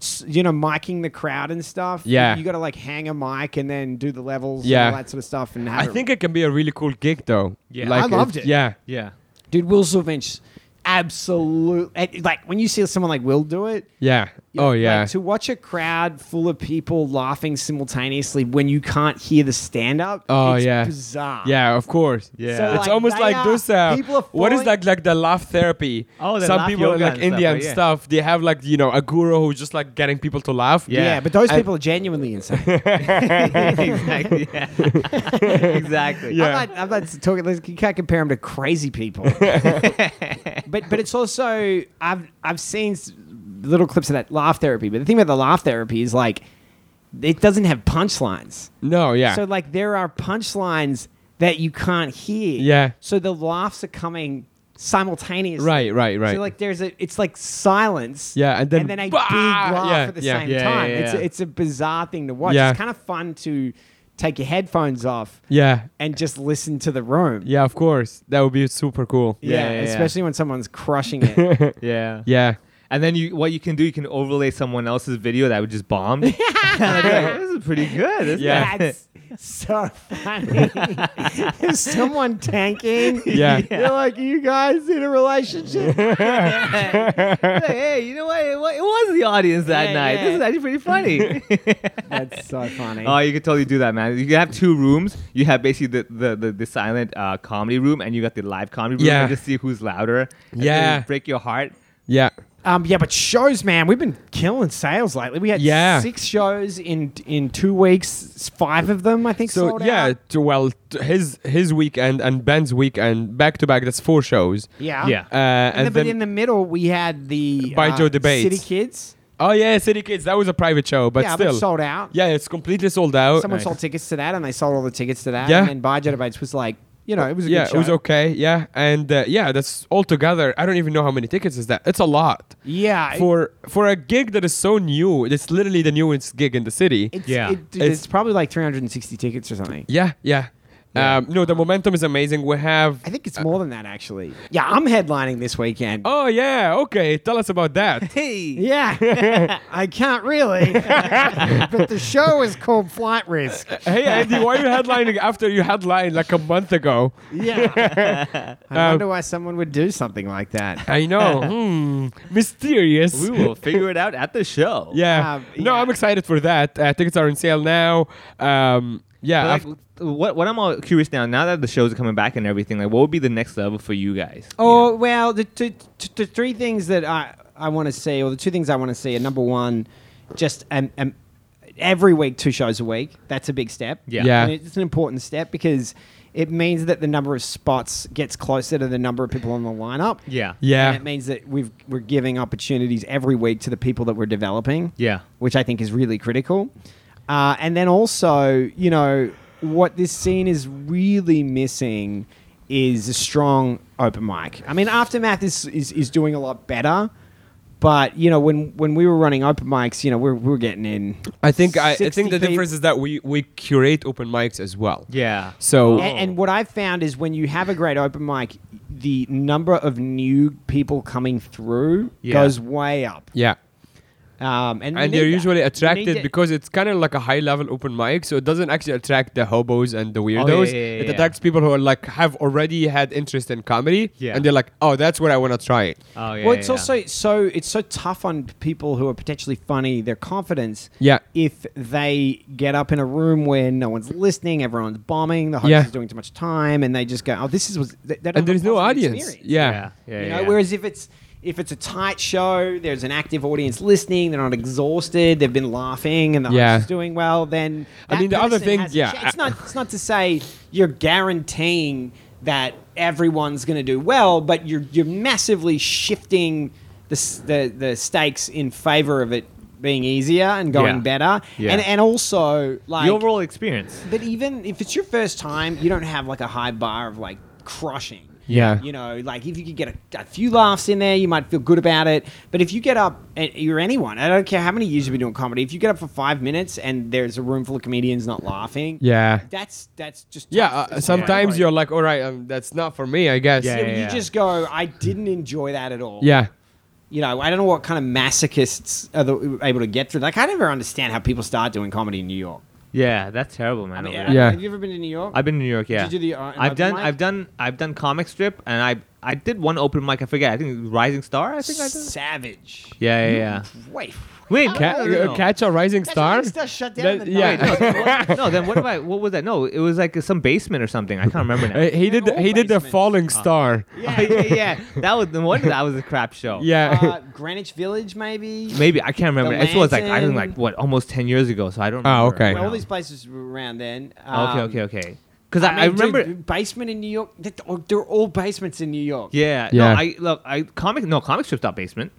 C: s- You know, miking the crowd and stuff. You-
E: Yeah.
C: you, got to like hang a mic and then do the levels,
E: Yeah.
C: and all that sort of stuff. And have
E: I
C: it-
E: think it can be a really cool gig, though.
D: Yeah.
E: Like,
C: I loved it.
E: Yeah,
D: yeah.
C: dude, Will Silvinch, absolutely. Like when you see someone like Will do it,
E: yeah. Oh
C: like,
E: yeah.
C: to watch a crowd full of people laughing simultaneously when you can't hear the stand up.
E: oh
C: it's
E: yeah.
C: Bizarre.
E: Yeah, of course.
D: Yeah.
C: So,
E: it's
C: like,
E: almost
C: they
E: like
C: are-
E: those. Uh,
C: people are
E: what is
C: falling-
E: like like the laugh therapy?
D: Oh, the
E: some
D: laugh
E: people
D: yoga
E: like
D: and stuff,
E: Indian
D: right? Yeah.
E: stuff. They have like you know a guru who's just like getting people to laugh.
C: Yeah,
D: Yeah.
C: but those
E: And-
C: people are genuinely insane.
D: exactly. Yeah. exactly.
E: Yeah.
C: I'm, not, I'm not talking. like, You can't compare them to crazy people. but but it's also I've I've seen s- little clips of that laugh therapy. But the thing about the laugh therapy is like it doesn't have punchlines.
E: No, yeah.
C: So like there are punchlines that you can't hear.
E: Yeah.
C: So the laughs are coming simultaneously.
E: Right, right, right.
C: So like there's a it's like silence.
E: Yeah, and then
C: a
E: bah!
C: big laugh
E: Yeah,
C: at the
E: yeah,
C: same
D: yeah,
C: time.
D: yeah,
C: It's a,
D: yeah.
C: it's a bizarre thing to watch.
E: Yeah.
C: It's kind of fun to take your headphones off
E: yeah,
C: and just listen to the room.
E: yeah, of course. That would be super cool.
C: Yeah,
D: Yeah, yeah, yeah.
C: especially when someone's crushing it.
D: Yeah.
E: Yeah.
D: And then you, what you can do, you can overlay someone else's video that would just bomb. this is pretty good. isn't
E: Yeah.
D: it?
C: That's so funny. Is someone tanking?
E: Yeah.
C: You're like, you guys in a relationship?
D: Like, hey, you know what? It wa- it was the audience that
C: Yeah,
D: night.
C: yeah.
D: This is actually pretty funny.
C: That's so funny.
D: oh, you could totally do that, man. You have two rooms. You have basically the the, the, the silent uh, comedy room, and you got the live comedy room.
E: Yeah.
D: And just see who's louder. And
E: Yeah.
D: it'll break your heart.
E: Yeah.
C: Um, yeah, but shows, man, we've been killing sales lately. We had
E: Yeah.
C: six shows in in two weeks. Five of them, I think.
E: So
C: sold
E: yeah,
C: out.
E: to, well, t- his his weekend and Ben's weekend back to back. That's four shows.
C: yeah,
D: Yeah.
E: Uh,
C: And,
E: and,
C: then,
E: then
C: but in the middle, we had the uh,
E: By Joe Debates.
C: City Kids.
E: oh yeah, City Kids. That was a private show, but
C: yeah,
E: still
C: but sold out.
E: Yeah, it's completely sold out.
C: someone sold tickets to that, and they sold all the tickets to that.
E: Yeah.
C: and then By Joe Debates was like, you know, it was a
E: yeah,
C: good
E: it was
C: show.
E: okay. Yeah, and uh, yeah, that's all together. I don't even know how many tickets is that. It's a lot.
C: Yeah, it-
E: For for a gig that is so new, it's literally the newest gig in the city.
C: It's,
D: Yeah.
C: it- dude,
E: It's-
C: it's probably like 360 tickets or something.
E: yeah, yeah. Um, no, the momentum is amazing. We have.
C: I think it's more than that actually. Yeah, I'm headlining this weekend.
E: Oh yeah, okay. Tell us about that.
D: Hey.
C: Yeah, I can't really. but the show is called Flight Risk.
E: hey Andy, why are you headlining after you headlined like a month ago?
C: Yeah. Uh, I wonder why someone would do something like that.
E: I know. hmm, mysterious.
D: We will figure it out at the show.
E: Yeah.
C: Um,
E: no,
C: yeah.
E: I'm excited for that. Uh, tickets are on sale now. Um, yeah.
D: But,
E: af-
D: like, what what I'm all curious now, now that the shows are coming back and everything, like what would be the next level for you guys?
C: Oh well, the, t- t- the three things that I I want to see, or the two things I want to see, are number one, just um, um, every week two shows a week. That's a big step.
D: Yeah.
E: Yeah.
C: And it's an important step because it means that the number of spots gets closer to the number of people on the lineup.
D: Yeah.
E: Yeah.
C: And it means that we've we're giving opportunities every week to the people that we're developing.
D: Yeah.
C: Which I think is really critical. Uh, and then also, you know, what this scene is really missing is a strong open mic. I mean, Aftermath is is, is doing a lot better. But you know, when, when we were running open mics, you know, we're, we're getting in.
E: I think I, I
C: 60
E: think the
C: peop-
E: difference is that we we curate open mics as well.
D: Yeah.
E: So
C: A- And, what I've found is when you have a great open mic, the number of new people coming through
D: Yeah.
C: goes way up.
E: yeah.
C: Um, and we
E: And
C: need
E: they're
C: that.
E: usually
C: We need
E: attracted
C: that.
E: because it's kind of like a high level open mic, so it doesn't actually attract the hobos and the weirdos.
D: yeah, yeah,
E: it
D: yeah.
E: attracts people who are like have already had interest in comedy,
D: Yeah.
E: and they're like, "Oh, that's what I want to try."
D: Oh yeah.
C: well, it's
D: yeah, yeah.
C: also so it's so tough on people who are potentially funny, their confidence.
E: Yeah.
C: If they get up in a room where no one's listening, everyone's bombing, the host
E: Yeah.
C: is doing too much time, and they just go, "Oh, this is was." They, they don't have
E: And
C: a
E: there's no
C: positive
E: audience.
C: experience.
E: Yeah.
D: Yeah.
C: you
D: yeah,
C: know.
D: yeah.
C: Whereas if it's if it's a tight show, there's an active audience listening. They're not exhausted. They've been laughing, and the
E: Yeah.
C: host is doing well. Then
E: I
C: that
E: mean, the other
C: person
E: thing-
C: has a
E: yeah,
C: ch-
E: I-
C: it's not it's not to say you're guaranteeing that everyone's going to do well, but you're you're massively shifting the s- the, the stakes in favor of it being easier and going
D: Yeah.
C: better,
D: Yeah.
C: and and also like
D: the overall experience.
C: but even if it's your first time, you don't have like a high bar of like crushing.
E: Yeah.
C: You know, like if you could get a, a few laughs in there, you might feel good about it. But if you get up, and you're anyone, I don't care how many years you've been doing comedy, if you get up for five minutes and there's a room full of comedians not laughing,
E: Yeah.
C: that's that's just.
E: Yeah,
C: tough.
E: uh,
C: It's
E: sometimes
C: like-
E: you're like, all right, um, that's not for me, I guess.
D: Yeah,
C: You,
D: yeah,
C: you just go, I didn't enjoy that at all.
E: Yeah.
C: You know, I don't know what kind of masochists are the, able to get through. Like, I never understand how people start doing comedy in New York.
D: Yeah, that's terrible, man.
C: I mean,
D: over
C: I-
D: there.
E: Yeah.
C: Have you ever been to New York?
D: I've been to New York. Yeah,
C: Did you do the, uh, an
D: I've
C: open
D: done,
C: mic?
D: I've done, I've done comic strip, and I, I did one open mic. I forget. I think Rising Star. I think I did.
C: Savage.
D: Yeah, yeah, yeah.
C: Wait.
D: Wait,
E: Ca-
D: no, no, no.
E: uh, Catch a rising star?
C: shut
E: down That- the yeah. night.
D: Wait, no, no, then what about what was that? No, it was like some basement or something. I can't remember
E: Uh,
D: now.
E: he did.
C: old
E: He did the
C: basement.
E: falling star.
D: yeah, yeah, yeah. That was the one. That was a crap show.
E: Yeah.
C: uh, Greenwich Village, maybe.
D: Maybe I can't remember.
C: The
D: It was like I think
C: Lantern.
D: like what almost ten years ago, so I don't.
E: Oh,
D: remember.
C: Well,
E: okay. Well,
C: all these places were around then.
D: okay,
C: Um,
D: okay, okay. Because I,
C: mean,
D: I remember.
C: dude, basement in New York. that- oh, They're all basements in New York.
D: yeah,
E: Yeah.
D: No, I look. I comic. No, comic strip's not basement.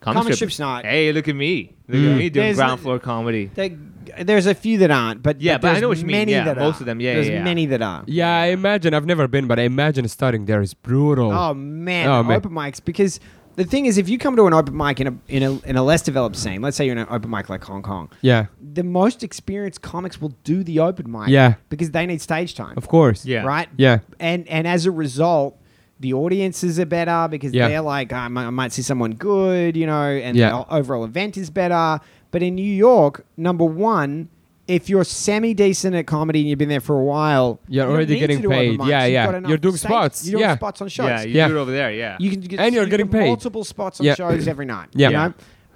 C: Comic strip's not.
D: Hey, look at me. Look at me doing
E: Mm.
C: There's
D: ground
C: no-
D: floor comedy.
C: They, there's a few that aren't, but
D: Yeah, but I
C: there's
D: know what you mean.
C: many
D: Yeah,
C: that
D: most
C: are.
D: of them. Yeah,
C: there's
D: yeah, yeah.
C: many that are.
E: Yeah, I imagine. I've never been, but I imagine starting there is brutal.
C: Oh man,
E: Oh, man.
C: open mics because the thing is, if you come to an open mic in a in a in a less developed scene, let's say you're in an open mic like Hong Kong,
E: Yeah,
C: the most experienced comics will do the open mic,
E: Yeah.
C: because they need stage time,
E: of course.
D: Yeah.
C: right,
E: Yeah.
C: and and as a result. The audiences are better because
E: Yeah.
C: they're like, "Ah, I might, I might see someone good, you know, and
E: Yeah.
C: the o- overall event is better. But in New York, number one, if you're semi decent at comedy and you've been there for a while,
E: You're
C: you don't
E: already
C: need to
E: getting
C: do open
E: paid.
C: mics.
E: Yeah,
C: You've
E: yeah.
C: got enough
E: You're doing
C: stage-
E: spots.
C: You're doing
E: Yeah.
C: spots on shows.
D: Yeah, you
E: Yeah.
D: do it over there. Yeah.
C: You can get,
E: And you're
C: you
E: getting
C: get
E: paid.
C: multiple spots on
E: Yeah.
C: shows every night.
E: Yeah.
C: You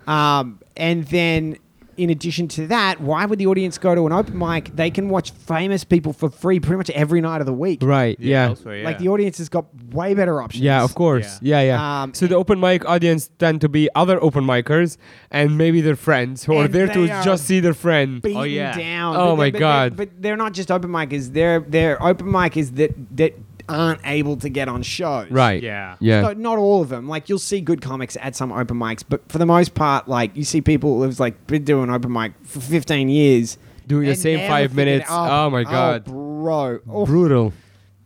C: know? Um, and then in addition to that, why would the audience go to an open mic? They can watch famous people for free pretty much every night of the week.
E: Right. Yeah.
D: elsewhere, yeah.
C: Like the audience has got way better options.
E: Yeah, of course. Yeah, yeah.
C: Um,
E: so the open mic audience tend to be other open micers and maybe their friends who are
C: And
E: there
C: they
E: to
C: are
E: just see their friend.
C: Beaten
D: Oh, yeah.
C: down.
E: Oh,
C: But they-
E: my
C: but they-
E: God.
C: but they're not just open micers. They're they're open micers that that aren't able to get on shows.
E: Right.
D: Yeah.
E: Yeah.
C: So not all of them. Like you'll see good comics at some open mics, but for the most part, like you see people who's like been doing open mic for 15 years,
E: Doing the
C: and
E: same
C: never
E: five
C: figured it
E: minutes.
C: out.
E: Oh my God.
C: bro, oh,
E: Brutal.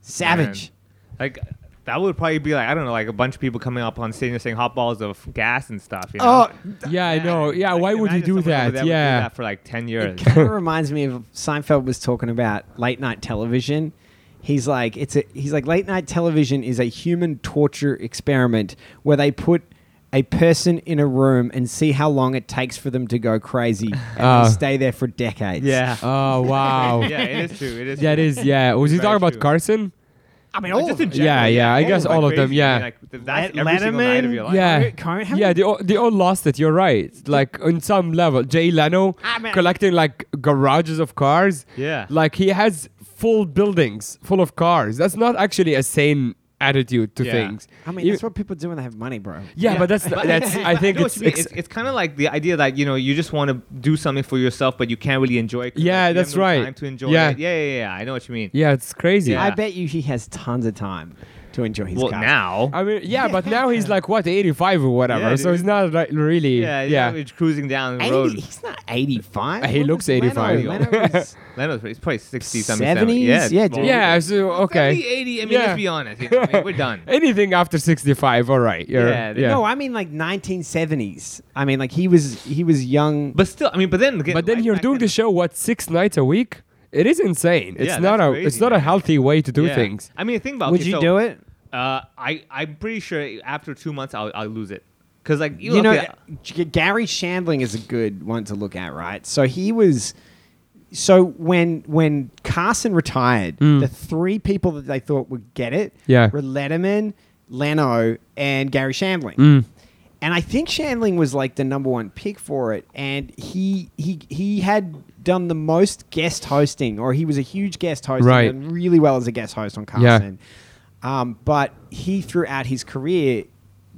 C: savage.
D: Man. Like that would probably be like I don't know, like a bunch of people coming up on stage and saying hot balls of gas and stuff. You know?
C: Oh,
E: Yeah, I know. Yeah, why
D: Like,
E: would you
D: imagine
E: do
D: someone over
E: that?
D: there would do
E: yeah.
D: that for like ten years.
C: It kind of reminds me of Seinfeld was talking about late night television. He's like, it's a he's like late night television is a human torture experiment where they put a person in a room and see how long it takes for them to go crazy and
E: Oh.
C: they stay there for decades.
D: yeah.
E: Oh wow.
D: yeah, it is true. It is.
E: That
D: true.
E: is yeah. Was he
D: Very
E: talking about
D: true.
E: Carson?
C: I mean,
D: Like,
C: all
D: just
C: of
D: in
C: them.
E: Yeah,
D: general,
E: yeah, I
D: all
E: guess
D: of them.
E: all of
D: Like,
E: them,
D: crazy.
E: yeah.
D: I mean, like, th- that's
C: Let-
D: every single night of
C: Letterman,
D: your life.
E: Yeah.
C: Current- current- how
E: yeah,
C: many-
E: they all, they all lost it. You're right. Like on some level, Jay Leno
C: I mean-
E: collecting like garages of cars.
D: Yeah.
E: Like he has full buildings full of cars. That's not actually a sane attitude to
D: Yeah.
E: things.
C: I mean,
E: You-
C: that's what people do when they have money, bro.
E: yeah, Uh, but that's that's I think
D: know what
E: it's,
D: you mean.
E: ex-
D: it's, it's kind of like the idea that you know you just want to do something for yourself, but you can't really enjoy. it 'cause,
E: Yeah,
D: like, you
E: that's
D: have no
E: right.
D: Time to enjoy
E: Yeah.
D: it. Yeah, yeah, yeah. I know what you mean.
E: yeah, it's crazy.
D: Yeah.
C: I bet you he has tons of time to enjoy his
D: Well,
C: car.
D: now.
E: I mean, yeah, but now he's like what 85 or whatever.
D: Yeah,
E: so
D: dude.
E: he's not like really
D: yeah,
E: yeah.
D: yeah. cruising down the
C: 80,
D: road.
C: he's not 85.
E: He
C: What
E: looks
C: was Leno?
E: 85.
C: Leno was-
D: Leno's it's probably 60 something.
C: 70s?
D: Yeah, it's
C: Yeah,
D: long.
C: dude.
E: Yeah, so okay.
D: 70, 80. I mean,
E: Yeah.
D: let's be honest. you know, I mean, we're done.
E: Anything after 65, all right. You're,
D: Yeah,
E: yeah,
D: they-
C: No, I mean like 1970s. I mean like he was he was young.
D: But still, I mean, but then again,
E: but then
D: like,
E: you're
D: back
E: doing
D: then-
E: the show what six nights a week? It is insane. It's
D: Yeah,
E: not a
D: that's
E: it's
D: crazy,
E: not a
D: man.
E: healthy way to do
D: Yeah.
E: things.
D: I mean, think about.
C: Would
D: okay,
C: you
D: so,
C: do it?
D: Uh, I I'm pretty sure after two months I'll I'll lose it because like you,
C: You know,
D: okay,
C: G- Gary Shandling is a good one to look at, right? So he was. So when when Carson retired, the three people that they thought would get it
E: Mm. Yeah.
C: were Letterman, Leno, and Gary Shandling.
E: Mm.
C: And I think Shandling was like the number one pick for it, and he he he had done the most guest hosting, or he was a huge guest host,
E: Right.
C: and done really well as a guest host on
E: Yeah.
C: Carson. Um, but he, throughout his career,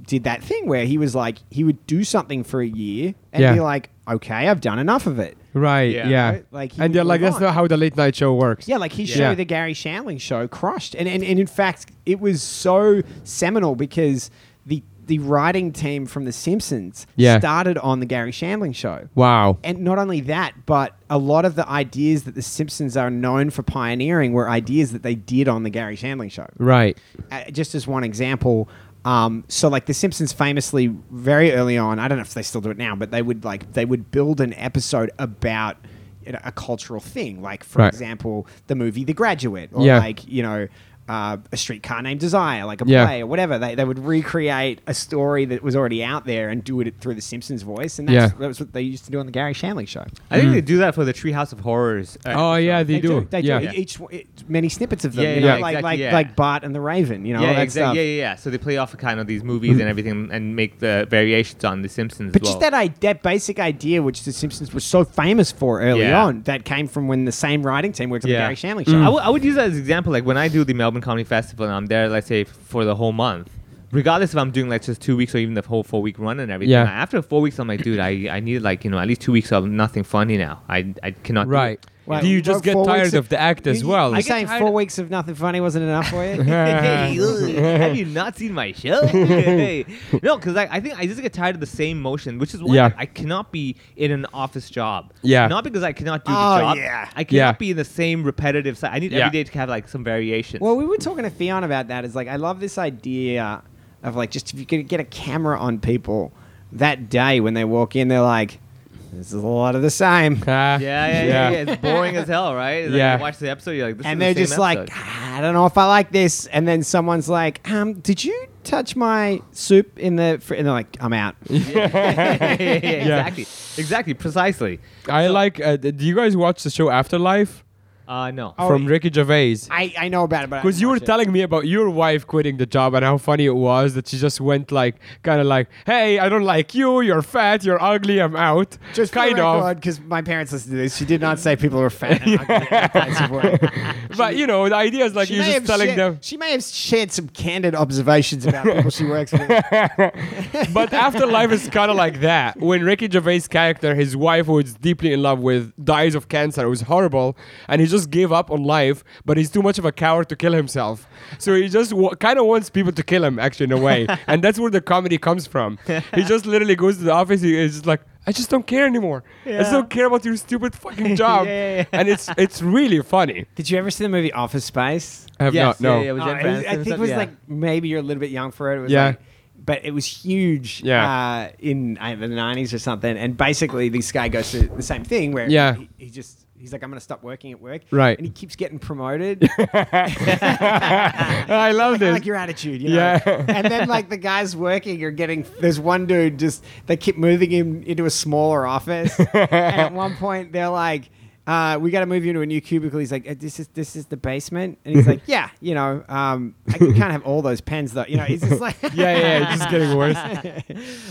C: did that thing where he was like, he would do something for a year and
E: Yeah.
C: be like, okay, I've done enough of it.
E: Right. Yeah.
D: Yeah.
C: Right? Like, he
E: and they're
C: would
E: like,
C: move
E: that's
C: on.
E: not how the late night show works.
C: Yeah, like his
D: Yeah.
C: show,
E: Yeah.
C: the Gary Shandling show, crushed. And, and, and in fact, it was so seminal because the, the writing team from The Simpsons
E: Yeah.
C: started on the Gary Shandling show.
E: Wow.
C: And not only that, but a lot of the ideas that The Simpsons are known for pioneering were ideas that they did on the Gary Shandling show
E: Right.
C: uh, just as one example. Um, so like the Simpsons famously very early on, I don't know if they still do it now, but they would like they would build an episode about you know, a cultural thing, like for
E: Right.
C: example, the movie The Graduate, or
E: Yeah.
C: like you know, uh, a streetcar named Desire, like a
E: Yeah.
C: play or whatever. They, they would recreate a story that was already out there and do it through the Simpsons voice, and that's,
E: Yeah.
C: that was what they used to do on the Gary Shanley show.
D: I think they do that for the Treehouse of Horrors. uh,
E: Mm. Oh yeah, they, do.
C: They
E: yeah.
C: do each it, many snippets of them,
D: Yeah,
C: you know,
D: yeah,
C: like
D: exactly,
C: like
D: yeah.
C: like Bart and the Raven, you know,
D: yeah,
C: all that stuff.
D: exactly.
C: Mm-hmm.
D: Yeah, yeah, yeah. So they play off of kind of these movies and everything, and make the variations on the Simpsons.
C: But
D: as
C: just
D: well.
C: that I, that basic idea, which The Simpsons were so famous for early
D: Yeah.
C: on, that came from when the same writing team worked on the Gary
E: Mm.
C: Shanley show.
D: I would- I would use that as an example. Like when I do the Melbourne Comedy Festival and I'm there, let's say for the whole month, regardless if I'm doing like just two weeks or even the whole four week run and everything.
E: Yeah.
D: After four weeks, I'm like, dude, I, I need like you know at least two weeks of nothing funny now. I I cannot. do it.
E: Right.
C: Wait,
E: Do you
C: what,
E: just get
C: four
E: tired
C: weeks
E: of the act as well?
C: You're
E: I get
C: saying
E: tired
C: four
E: of-
C: weeks of nothing funny wasn't enough for you?
D: Hey,
E: Uh-huh.
D: ugh, have you not seen my show? Hey. no, because I, I think I just get tired of the same motion, which is why
E: Yeah.
D: I cannot be in an office job.
E: Yeah.
D: Not because I cannot do
C: Oh,
D: the job.
C: yeah.
D: I cannot
E: Yeah.
D: be in the same repetitive side. I need
E: Yeah.
D: every day to have like some variation.
C: well, we were talking to Fiona about that. Is like I love this idea of like just if you could get a camera on people that day when they walk in, they're like, "This is a lot of the same,"
E: Ah,
D: yeah, yeah, yeah, yeah. It's boring as hell, right? It's like
E: Yeah.
D: you watch the episode, you're like, this is
C: and
D: the
C: they're
D: same
C: just like,
D: episode.
C: "Ah, "I don't know if I like this." And then someone's like, "Um, did you touch my soup in the?" Fr-? And they're like, "I'm out."
D: yeah, yeah, yeah, exactly, exactly, precisely.
E: I like. Uh, d- do you guys watch the show Afterlife
D: Uh, no.
C: Oh,
E: from Ricky Gervais?
C: I, I know about it, but I
E: Because you were
C: haven't watched
E: telling me about your wife quitting the job and how funny it was that she just went like, kind of like, "Hey, I don't like you. You're fat. You're ugly. I'm out."
C: it. just oh,
E: kind of.
C: because my parents listened to this. She did not say people were fat. and ugly in place of work.
E: But you know, the idea is like
C: She
E: you're
C: may
E: just
C: have
E: telling
C: shared-
E: them.
C: She may have shared some candid observations about people she works with.
E: But Afterlife is kind of like that. When Ricky Gervais' character, his wife, who is deeply in love with, dies of cancer, it was horrible, and he just gave up on life. But he's too much of a coward to kill himself, so he just w- kind of wants people to kill him, actually, in a way. and that's where the comedy comes from. He just literally goes to the office. He is just like, I just don't care anymore. I just don't care about your stupid fucking job.
D: yeah, yeah.
E: And it's it's really funny.
C: Did you ever see the movie Office Space?
E: I have
D: Yes,
E: not no.
D: yeah, yeah, it was
C: Oh,
D: Jen
C: it was-
D: Aniston
C: I
D: and
C: think it
D: stuff,
C: was
D: yeah.
C: like maybe you're a little bit young for it. it was
E: Yeah.
C: like- but it was huge
E: Yeah.
C: uh, in uh, the 90s or something. And basically, this guy goes through the same thing where
E: Yeah.
C: he, he just, he's like, I'm going to stop working at work.
E: Right.
C: And he keeps getting promoted.
E: I love
C: I
E: this.
C: like your attitude, you know?
E: Yeah.
C: and then like the guys working are getting there's one dude just they keep moving him into a smaller office. and at one point they're like uh, we got to move you into a new cubicle. He's like, "Uh, "This is this is the basement," and he's like, "Yeah, you know, um, I can't have all those pens though." You know, he's just like,
E: yeah, yeah, yeah, it's just getting worse.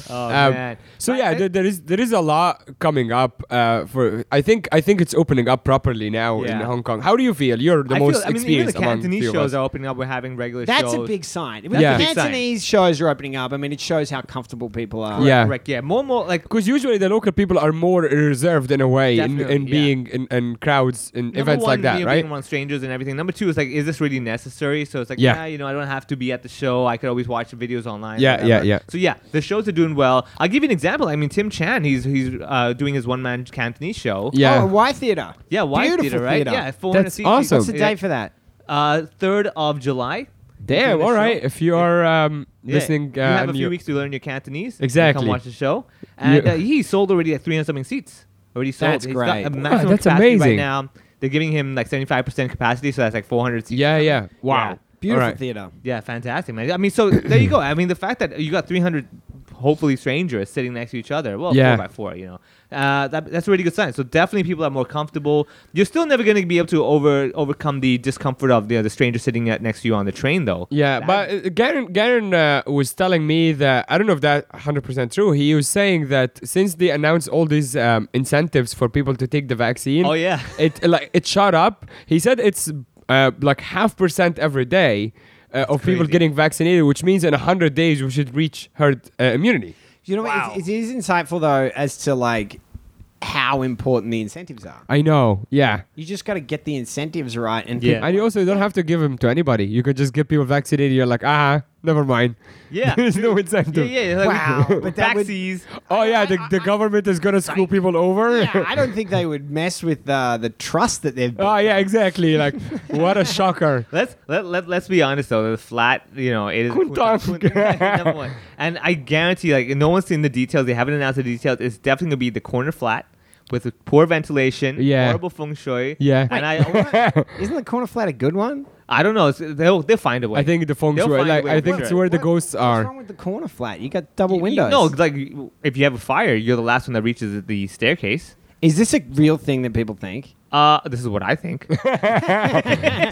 D: oh,
E: Um,
D: man.
E: So yeah, there, there is there is a lot coming up. Uh, for I think I think it's opening up properly now in
D: Yeah.
E: Hong Kong. How do you feel? You're the
D: I
E: most
D: feel, I mean, even the
E: experienced among
D: Cantonese
E: few of
D: shows
E: us.
D: are opening up. We're having regular
C: That's
D: shows.
C: a big sign. When
E: Yeah.
C: the
E: Big
D: sign.
C: Cantonese shows are opening up, I mean, it shows how comfortable people are.
E: Yeah.
D: Correct, yeah. More, more like
E: Because usually the local people are more reserved in a way in,
D: Definitely,
E: in
D: yeah.
E: being in, in crowds in
D: Number
E: events
D: one,
E: like that,
D: being,
E: right?
D: Being around strangers and everything. Number two is like, is this really necessary? So it's like,
E: Yeah.
D: yeah, you know, I don't have to be at the show. I could always watch the videos online.
E: Yeah, yeah,
D: whatever.
E: yeah.
D: So yeah, the shows are doing well. I'll give you an example. I mean, Tim Chan, he's he's uh, doing his one man Cantonese show.
E: Yeah.
C: Oh, Y Theater.
D: yeah, why
C: Beautiful
D: theater, right? Yeah, four
E: That's awesome.
C: What's the date for that?
D: Uh, third of July.
E: Damn.
D: Doing
E: All
D: the
E: right.
D: show.
E: If you are um,
D: Yeah.
E: listening,
D: you
E: uh,
D: have
E: and
D: a few
E: you-
D: weeks to learn your Cantonese. and
E: Exactly.
D: Come watch the show, and
E: You-
D: uh, he sold already like 300 something seats. Already sold.
C: That's
D: He's
C: great.
D: Got a
C: Wow,
D: maximum
E: that's
D: capacity
E: amazing.
D: Right now, they're giving him like 75% capacity, so that's like 400 seats.
E: Yeah, yeah. Wow.
D: Yeah.
C: Beautiful
E: All right.
C: theater.
D: Yeah, fantastic, man. I mean, so there you go. I mean, the fact that you got 300 hopefully strangers sitting next to each other, well,
E: Yeah.
D: four by four, you know, uh, that, that's a really good sign. So definitely people are more comfortable. You're still never going to be able to over overcome the discomfort of you know, the stranger sitting at, next to you on the train, though.
E: Yeah, but uh, Garen, Garen uh, was telling me that I don't know if that 100% true. He was saying that since they announced all these um, incentives for people to take the vaccine,
D: Oh, yeah.
E: it like it shot up. He said it's uh, like half percent every day uh, of people
D: crazy.
E: getting vaccinated, which means in 100 days we should reach herd uh, immunity.
C: You know,
D: Wow.
C: what? It's- it is insightful though as to like how important the incentives are.
E: I know. Yeah.
C: You just got to get the incentives right, and
D: Yeah.
E: And you also don't have to give them to anybody. You could just get people vaccinated. You're like, ah, never mind.
D: Yeah.
E: There's no incentive.
D: Yeah, yeah. Like
C: Wow,
D: we-
C: but that would-
D: Taxis.
E: Oh, yeah. The, the government is going to screw people over.
C: people- Yeah, I don't think they would mess with uh, the trust that they've.
E: Oh yeah, exactly. Like what a shocker.
D: Let's let, let let's be honest though. The flat, you know, it is
E: Kuntang.
D: Kuntang, number one. And I guarantee, like, no one's seen the details. They haven't announced the details. It's definitely gonna be the corner flat with poor ventilation,
E: Yeah.
D: horrible feng shui.
E: Yeah.
D: And I
C: Isn't the corner flat a good one?
D: I don't know. It's, they'll they'll find a way.
E: I think the feng
D: They'll
E: shui.
D: find a
E: Like
D: way
E: I
D: for
E: think
D: sure.
E: it's where the
C: What-
E: ghosts
C: What's
E: are.
C: wrong with the corner flat? You got double
D: You- you-
C: windows.
D: No, like if you have a fire, you're the last one that reaches the staircase.
C: is this a real thing that people think?
D: Uh, this is what I think.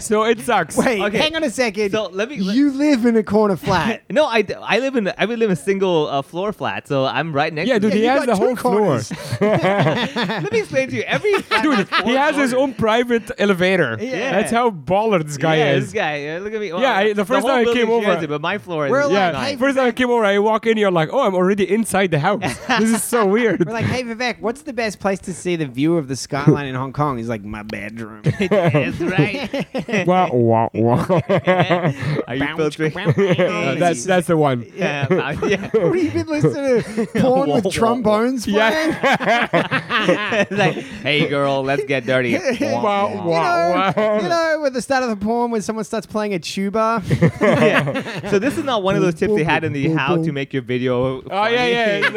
E: so it sucks.
C: Wait,
D: Okay.
C: hang on a second.
D: So, let me-
C: You live in a corner flat.
D: no, I, d- I live in a- I live in a single uh, floor flat, so I'm right next. to
E: Yeah, dude,
D: it.
E: he
C: you
E: has
C: got two
E: the whole floor.
C: corners.
D: Let me explain to you. Every flat
E: Dude,
D: four
E: he has his
D: corners.
E: own private elevator.
D: Yeah.
E: That's how baller this guy
D: yeah,
E: is.
D: This guy, uh, look at me. Well,
E: Yeah, I- the first
D: whole
E: time I
D: building
E: came
D: shares
E: over-
D: it, but my floor is
C: We're allowed
E: yeah.
C: like, hey,
E: First time I came over, I walk in, you're like, oh, I'm already inside the house. this is so weird.
C: We're like, hey Vivek, what's the best place to see the view of the skyline in Hong Kong? He's like, my bedroom.
D: That's right.
E: wah, wah, wah.
D: Are you filtering?
E: Uh, that's that's the one.
D: yeah, about- yeah.
C: What have you been listening to? Porn with trombones playing?
E: Yeah.
D: It's like, hey girl, let's get dirty.
E: Wah,
C: You
E: wah, wah.
C: know, you know, at the start of the porn when someone starts playing a tuba.
D: Yeah. So this is not one of those tips they had in the
C: Boom, boom,
D: how
C: boom.
D: to make your video.
E: Oh yeah, yeah.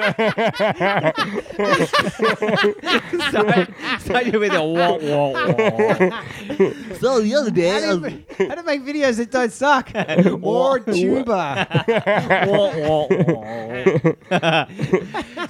E: No.
D: yeah. Sorry, Sorry, your video. Wah, wah, wah. so the other day, um, I
C: How
D: was-
C: do, you, how do you make videos that don't suck? or tuba.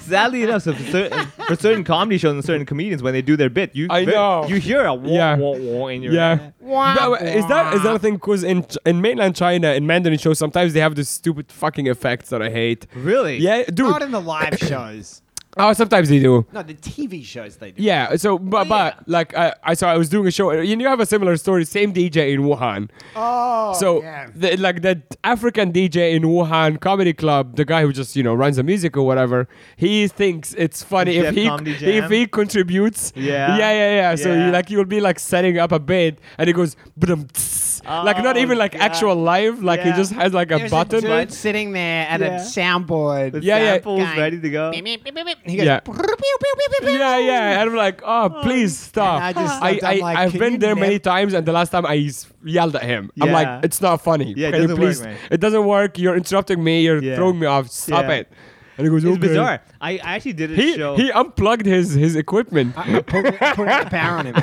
D: Sadly enough, so for, cer- for certain comedy shows and certain comedians, when they do their bit, you
E: I know.
D: you hear a wah,
E: Yeah.
D: wah, wah in your
E: Yeah. But is that is that a thing? Because in Ch- in mainland China, in Mandarin shows, sometimes they have these stupid fucking effects that I hate.
D: Really?
E: Yeah, dude.
C: Not in the live shows.
E: Oh, sometimes they do.
C: No, the TV shows they do.
E: Yeah. So, but but like I, I saw, I was doing a show. You know, you have a similar story. Same DJ in Wuhan.
C: Oh,
E: so
C: yeah.
E: the, like that African DJ in Wuhan comedy club, the guy who just you know runs the music or whatever, he thinks it's funny
D: Def
E: if he
D: Comedy
E: if
D: Jam.
E: he contributes.
D: Yeah.
E: yeah, yeah, yeah. So
D: Yeah.
E: you, like you'll be like setting up a bit, and he goes "Badum, tss." like not
D: Oh,
E: even like
D: yeah.
E: actual live. Like he
D: Yeah.
E: just has like a
C: There's
E: button.
C: a dude sitting there at
D: Yeah.
C: a soundboard.
D: With
E: Yeah, yeah.
D: samples
C: Guy.
D: ready to go.
C: He goes,
E: Yeah.
C: "Pew, pew, pew, pew, pew."
E: yeah, yeah. And I'm like, oh, please stop.
C: I just
E: I,
C: stopped.
E: I,
C: I'm like,
E: I've
C: "Can
E: been
C: you
E: there many
C: nev-
E: times, and the last time I s- yelled at him. I'm
D: Yeah.
E: like, it's not funny.
D: Yeah, it
E: Can you
D: doesn't work,
E: please?
D: man.
E: it doesn't work. You're interrupting me. You're
D: Yeah.
E: throwing me off. Stop
D: Yeah.
E: it. And he goes,
D: It's
E: okay.
D: bizarre. I, I actually did a
E: He,
D: show.
E: he unplugged his, his equipment.
C: I pulled, it- pulled the power on him.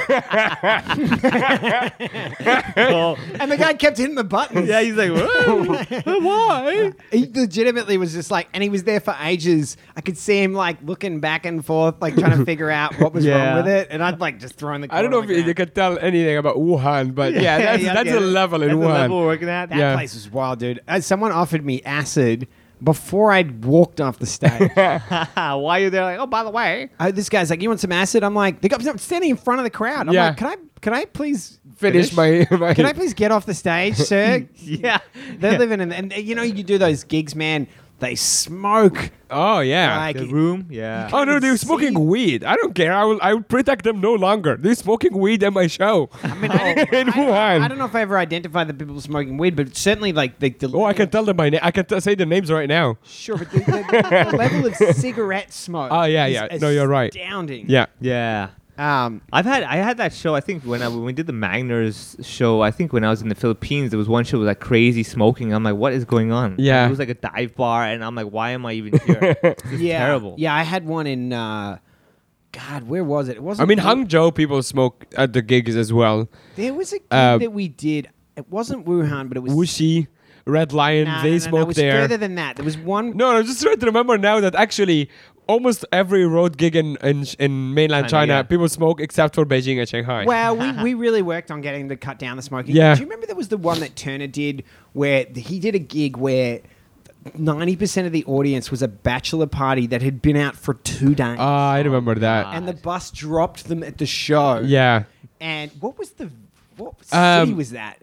E: eh.
D: Oh,
C: And the guy kept hitting the buttons.
D: yeah, he's like, "Whoa, why?
C: He legitimately was just like, and he was there for ages. I could see him like looking back and forth, like trying to figure out what was
D: Yeah.
C: wrong with it. And I'd like just throw in the.
E: I don't know
C: quarter
E: if
C: on the
E: you
C: ground.
E: can tell anything about Wuhan, but yeah, that's,
D: Yeah, I
E: that's
D: get
E: a
D: it.
E: level in
D: That's the
E: Wuhan.
D: level we're working at.
C: That
E: Yeah.
C: place was wild, dude. Uh, someone offered me acid before I'd walked off the stage.
D: Ah, why are they like, oh, by the way?
C: Uh, this guy's like, "You want some acid?" I'm like, "The guy's I'm standing in front of the crowd." I'm
E: Yeah.
C: like, "Can I? Can I please
E: Finish my, my
C: Can I please get off the stage, sir?"
D: Yeah.
C: They're living in, and uh, you know, you do those gigs, man. They smoke.
E: Oh yeah.
C: Like-
D: The room? Yeah.
E: oh no, they're
C: see-
E: smoking weed. I don't care. I will I will protect them no longer. They're smoking weed at my show.
C: I mean, oh, I, don't,
E: In
C: I,
E: Wuhan.
C: I don't know if I ever identified the people smoking weed, but certainly like the. the
E: Oh, I can tell them my name. I can t- say the names right now.
C: Sure, but the, the, the level of cigarette smoke.
E: Oh, yeah,
C: is
E: yeah. No, you're right.
C: Astounding.
E: Yeah.
D: Yeah.
C: Um,
D: I've had I had that show. I think when I when we did the Magners show, I think when I was in the Philippines, there was one show with like crazy smoking. I'm like, what is going on?
E: Yeah.
D: it was like a dive bar, and I'm like, why am I even here? this is
C: yeah.
D: terrible.
C: Yeah, I had one in. Uh, God, where was it? It wasn't.
E: I mean, Hangzhou people smoke at the gigs as well.
C: There was a gig
E: uh,
C: that we did. It wasn't Wuhan, but it was.
E: Wuxi, Red Lion,
C: Nah,
E: they
C: no, no, no,
E: smoke
C: it was
E: there.
C: Further than that, there was one.
E: No, I'm just trying to remember now that actually almost every road gig in in, in mainland
D: China,
E: China,
D: yeah.
E: people smoke except for Beijing and Shanghai.
C: Well, we, we really worked on getting to cut down the smoking.
E: Yeah.
C: Do you remember there was the one that Turner did where th- he did a gig where ninety percent of the audience was a bachelor party that had been out for two days,
E: Ah, I remember that.
C: and the bus dropped them at the show.
E: yeah.
C: And what was the what city
E: Um,
C: was that?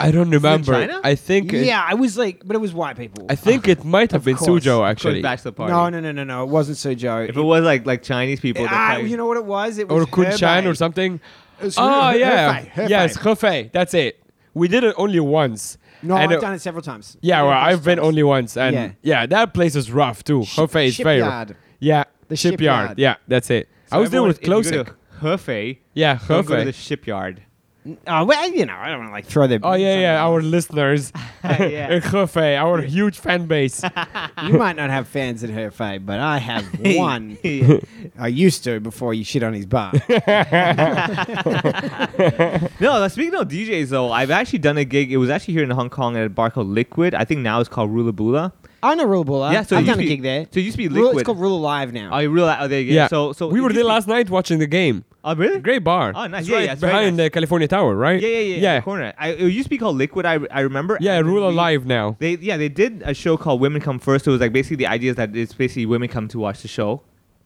E: I don't remember.
D: China?
E: I think it-
C: yeah, I was like, but it was white people.
E: I think it might have been
C: course.
D: Actually,
E: Suzhou Oh, actually.
D: bachelor party.
C: no, no, no, no, no. It wasn't Sujo.
D: If it was like like Chinese people, that
C: ah,
D: probably-
C: you know what it was? It was
E: Or Kunshan
C: Hebei.
E: or something.
C: was
E: Oh
C: He-
E: yeah.
C: Hefei, Hefei.
E: Yes, Hefei. That's it. We did it only once.
C: No,
E: And
C: I've
E: it-
C: done it several times.
E: Yeah, well, I've been only once, and
C: Yeah.
E: yeah, that place is rough too.
C: Sh-
E: Hefei is very rough.
C: shipyard.
E: Yeah, the
C: shipyard.
E: shipyard. Yeah, that's it.
D: So
E: I was there
D: everyone-
E: with
D: if you go to
E: Klosik.
D: Hefei.
E: Yeah,
D: Don't go to
E: Hefei.
D: the shipyard.
C: Oh, well, you know, I don't want to like throw the.
E: Oh yeah, yeah, our listeners
D: Yeah.
E: in Hefei, our huge fan base.
C: You might not have fans at Herfay, but I have one.
D: Yeah.
C: I used to before you shit on his bar.
D: No, now, speaking of DJs though, I've actually done a gig. It was actually here in Hong Kong at a bar called Liquid. I think now it's called Rula Bula.
C: I know Rule Bulla.
D: Yeah, so
C: I've
D: it
C: done a
D: used to
C: gig
D: be-
C: there.
D: so it used to be
C: Rule-
D: Liquid.
C: it's called Rule Alive now.
D: Oh, you realize? Oh, there you go.
E: Yeah.
D: So, so
E: we
D: it
E: were
D: used
E: there
D: to be-
E: last night watching the game.
D: Oh, really?
E: Great bar.
D: Oh, nice.
E: It's
D: Yeah,
E: right
D: yeah, it's very
E: behind
D: nice.
E: the California Tower, right?
D: Yeah, yeah, yeah. Yeah.
E: yeah.
D: Corner. I, it used to be called Liquid. I, I remember.
E: Yeah,
D: And then
E: Rule
D: we-
E: Alive now.
D: They yeah they did a show called Women Come First. It was like basically the idea is that it's basically women come to watch the show,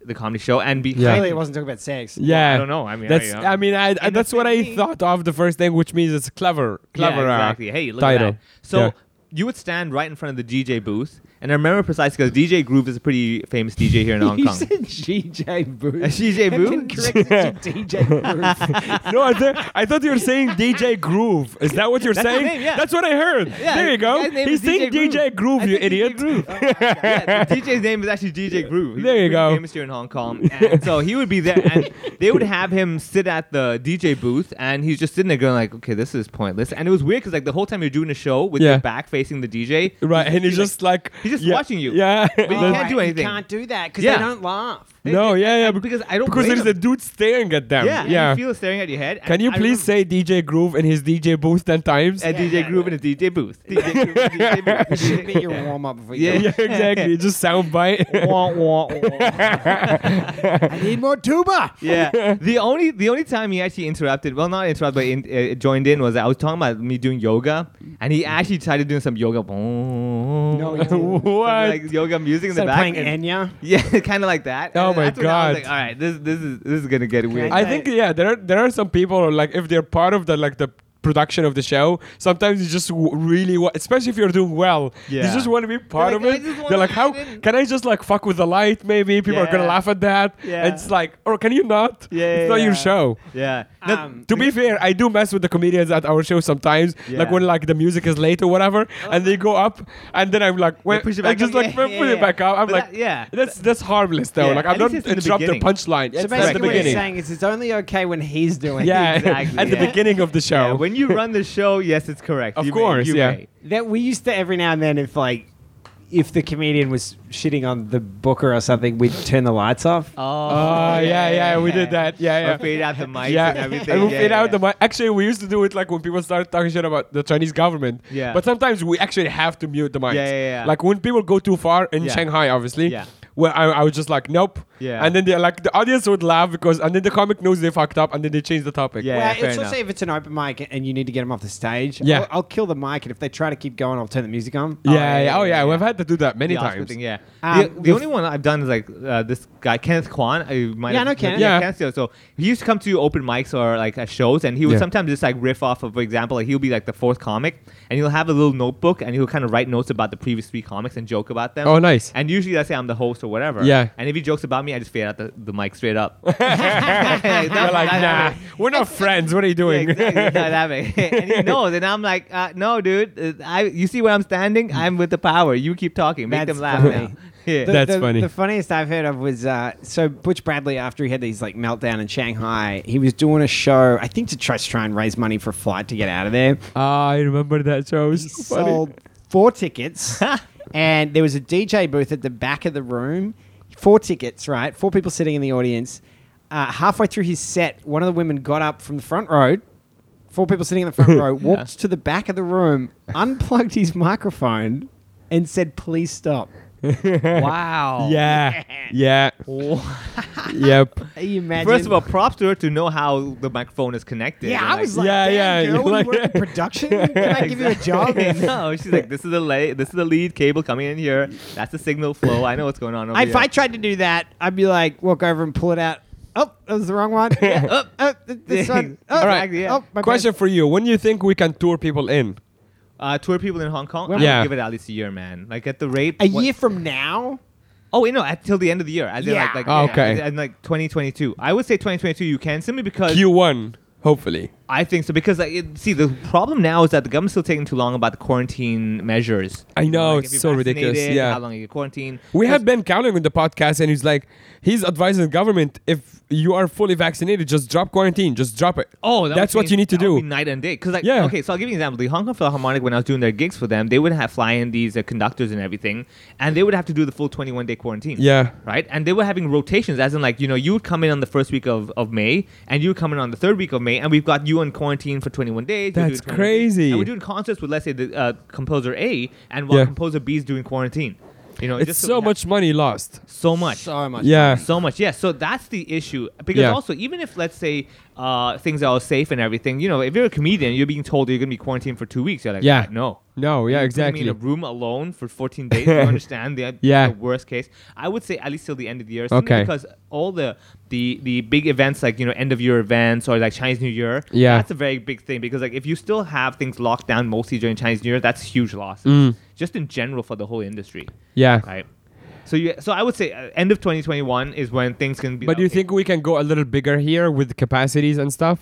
D: the comedy show, and be
E: Yeah.
C: Clearly, it wasn't talking about sex.
E: Yeah,
D: don't know. I mean, I-
E: that's.
D: uh,
E: I, mean, I, I-
D: and the
E: that's what I
D: thing-
E: thought of the first thing, which means it's clever,
D: Yeah,
E: clever uh,
D: exactly. Hey, look
E: title.
D: at that. So
E: Yeah.
D: you would stand right in front of the DJ booth, and I remember precisely because DJ Groove is a pretty famous DJ here in Hong
C: you
D: Kong.
C: said GJ Booth.
D: Uh, GJ
C: I've been
D: Booth?
C: corrected to DJ Booth.
E: No, I, th- I thought you were saying DJ Groove. Is that what you're
D: That's his
E: saying?
D: name, yeah.
E: That's what I heard.
D: Yeah,
E: there
D: the
E: you go.
D: guy's name
E: He's
D: is DJ
E: saying DJ Groove,
D: I
E: you
D: said DJ
E: idiot.
D: Groove. yeah, the DJ's name is actually DJ Groove. He's
E: There you
D: pretty
E: go.
D: Famous here in Hong Kong, and so he would be there, and they would have him sit at the DJ booth, and he's just sitting there going like, "Okay, this is pointless." And it was weird because like the whole time you're doing a show with
E: Yeah.
D: your back facing the DJ,
E: Right, and he's
D: like-
E: just like
D: he's just
E: yeah,
D: watching you.
E: Yeah,
D: But you
C: All
D: can't do anything.
C: You can't do that because
D: Yeah.
C: they don't laugh.
E: no, yeah, yeah,
D: because I don't
E: because
D: blame
E: there's a
D: him.
E: dude staring at them.
D: yeah,
E: Yeah,
D: and you feel staring at your head.
E: Can you please say DJ Groove and his DJ booth ten times?
D: a DJ Groove in a DJ booth? DJ Groove in a DJ
C: It
D: booth.
C: should be your warm up before you
D: Yeah,
C: go.
E: yeah, exactly. Just sound bite.
C: Wah, wah, wah. I need more tuba.
D: yeah. The only the only time he actually interrupted, well, not interrupted, but in, uh, joined in was I was talking about me doing yoga, and he actually started doing some yoga. No,
C: he didn't.
D: Like yoga music in
C: Instead
D: the
C: of
D: back.
C: playing
D: and-
C: Enya.
D: yeah, kind of like that.
E: Oh
D: And
E: my
D: that's when I was
E: God.
D: like, All right, this this is this is gonna get weird.
E: I
C: Right.
E: think yeah, there are there are some people who, like if they're part of the like the production of the show, sometimes you just w- really want, especially if you're doing well,
D: Yeah.
E: you just want to be part
D: like,
E: of
D: "I
E: it.
D: just wanna
E: They're like, how
D: fit in."
E: can I just like fuck with the light? Maybe people are gonna
D: Yeah.
E: laugh at that.
D: Yeah.
E: And it's like, or can you not?
D: Yeah,
E: it's
D: yeah,
E: not your
D: yeah.
E: show.
D: yeah. No,
C: Um,
E: To be fair, I do mess with the comedians at our show sometimes, like
D: Yeah. Oh,
E: when like the music is late or whatever, and they go up, and then I'm like, wait,
D: push it
E: I
D: back
E: just
D: up.
E: like
D: Yeah,
E: put
D: yeah,
E: it
D: yeah.
E: back up. I'm
D: But
E: like,
D: that- yeah.
E: that's that's harmless though.
D: Yeah.
E: like I'm
D: At least
E: not
D: it's in the
E: interrupt their
D: beginning.
E: punchline.
C: So
E: It's at the
C: basically, what you're
E: beginning.
C: saying is it's only okay when he's doing it.
E: Yeah,
D: Exactly,
E: at the
D: yeah.
E: beginning of the show.
D: yeah, when you run the show, yes, it's correct.
E: Of
D: You may-
E: course,
D: you
E: yeah.
D: may.
C: That we used to every now and then, if like, if the comedian was shitting on the booker or something, we'd turn the lights off.
D: Oh,
E: oh yeah, yeah, we did that. Yeah,
D: Or
E: yeah.
D: fade out the mics
E: Yeah,
D: and everything.
E: and we
D: yeah,
E: fade out
D: yeah.
E: the mic. Actually, we used to do it like when people start talking shit about the Chinese government.
D: Yeah.
E: But sometimes we actually have to mute the mics.
D: Yeah, yeah, yeah.
E: Like when people go too far in
D: Yeah.
E: Shanghai, obviously.
D: Yeah.
E: Where I, I was just like, nope.
D: Yeah.
E: And then they like the audience would laugh because and then the comic knows they fucked up and then they change the topic.
D: Yeah.
C: well,
D: fair
C: it's also
D: enough.
C: if it's an open mic and you need to get him off the stage.
E: Yeah.
C: I'll, I'll kill the mic, and if they try to keep going, I'll turn the music on.
E: Yeah, yeah, oh yeah, we've had to do that many
D: the Oscar
E: times.
D: thing, yeah.
C: Um,
D: the, the
C: we've-
D: only one I've done is like uh, this guy Kenneth Kwan. I might
C: Yeah,
D: have-
C: I know Kenneth.
E: Yeah.
D: Kenneth. So he used to come to open mics or like uh, shows, and he would
E: Yeah.
D: sometimes just like riff off of, for example, like he'll be like the fourth comic, and he'll have a little notebook, and he'll kind of write notes about the previous three comics and joke about them.
E: Oh, nice.
D: And usually I say I'm the host or whatever.
E: Yeah.
D: And if he jokes about me, I just fade out the, the mic straight up. Like, that-
E: They're like,
D: that-
E: nah, we're not friends. What are you
D: yeah,
E: doing?
D: exactly. Not that way. and he knows, and I'm like, uh, no, dude. uh, I, you see where I'm standing? I'm with the power. You keep talking. Make them
C: That's
D: laugh
C: funny.
D: now. Yeah.
C: The-
E: That's
C: the-
E: funny.
C: The funniest I've heard of was uh, so Butch Bradley after he had these like meltdown in Shanghai, he was doing a show, I think to try try and raise money for a flight to get out of there.
E: Ah, I remember that show. It was
C: He
E: so funny.
C: sold four tickets, and there was a DJ booth at the back of the room. Four tickets, right? Four people sitting in the audience. Uh, halfway through his set, one of the women got up from the front row. Four people sitting in the front row walked to the back of the room, unplugged his microphone, and said, "Please stop."
D: Wow.
E: Yeah. Yeah. yep.
C: Can you imagine?
D: First of all, props to her to know how the microphone is connected.
C: Yeah,
D: And,
C: I was like,
E: Yeah,
C: yeah,
E: yeah,
C: yeah, girl,
E: you're
C: you
E: like-
C: work in production? Can I give you a job?
D: Okay, no, she's like, this is the lay, this is the lead cable coming in here. That's the signal flow. I know what's going on over
C: If
D: here.
C: I tried to do that, I'd be like, walk over and pull it out. Oh, that was the wrong one. Yeah. oh, oh, th- this one. Oh,
D: All right.
C: oh, my
E: Question for you: When you think we can tour people in?
D: uh, tour people in Hong Kong.
C: Well,
D: I
E: Yeah.
D: would give it at least a year, man. Like at the rate.
C: bad. A
D: what-
C: year from now?
D: Oh, wait, no, at- till the end of the year. I did
C: Yeah.
D: like, like
E: Oh, okay.
D: And like 2022. I would say 2022. You can simply because
E: Q1, hopefully.
D: I think so. Because like, it, see, the problem now is that the government's still taking too long about the quarantine measures.
E: I
D: You
E: know,
D: like,
E: it's
D: if
E: so
D: you're
E: ridiculous,
D: vaccinated,
E: yeah.
D: How long you quarantine?
E: We had Ben Cowling on the podcast, and he's like, he's advising the government if you are fully vaccinated, just drop quarantine, just drop it.
D: Oh, that
E: that's
D: would
E: what
D: change-
E: you need to
D: that would
E: do.
D: be night and day, because like,
E: Yeah.
D: okay, so I'll give you an example. The Hong Kong Philharmonic, when I was doing their gigs for them, they would have fly in these uh, conductors and everything, and they would have to do the full 21 day quarantine.
E: Yeah.
D: Right, and they were having rotations, as in like you know you would come in on the first week of, of May, and you would come in on the third week of May, and we've got you in quarantine for 21 days. we're
E: That's
D: doing 21 days.
E: crazy.
D: And we're doing concerts with let's say the uh, composer A, and while
E: Yeah.
D: composer B is doing quarantine. You know,
E: It's
D: just
E: so
D: we have-
E: much money lost.
D: so much,
C: So much.
E: Yeah.
D: so much. Yeah. So that's the issue. Because
E: Yeah.
D: also, even if let's say uh, things are all safe and everything. You know, if you're a comedian, you're being told you're gonna be quarantined for two weeks. You're like,
E: Yeah.
D: no.
E: No,
D: You
E: yeah,
D: put me
E: exactly.
D: in a room alone for 14 days. you understand the,
E: Yeah.
D: the worst case. I would say at least till the end of the year. simply
E: Okay.
D: Because all the the the big events like you know end of year events or like Chinese New Year.
E: Yeah.
D: That's a very big thing because like if you still have things locked down mostly during Chinese New Year, that's huge losses.
E: Mm.
D: Just in general for the whole industry.
E: Yeah.
D: Right. So you so I would say uh, end of 2021 is when things can be.
E: But do you
D: okay.
E: think we can go a little bigger here with capacities and stuff?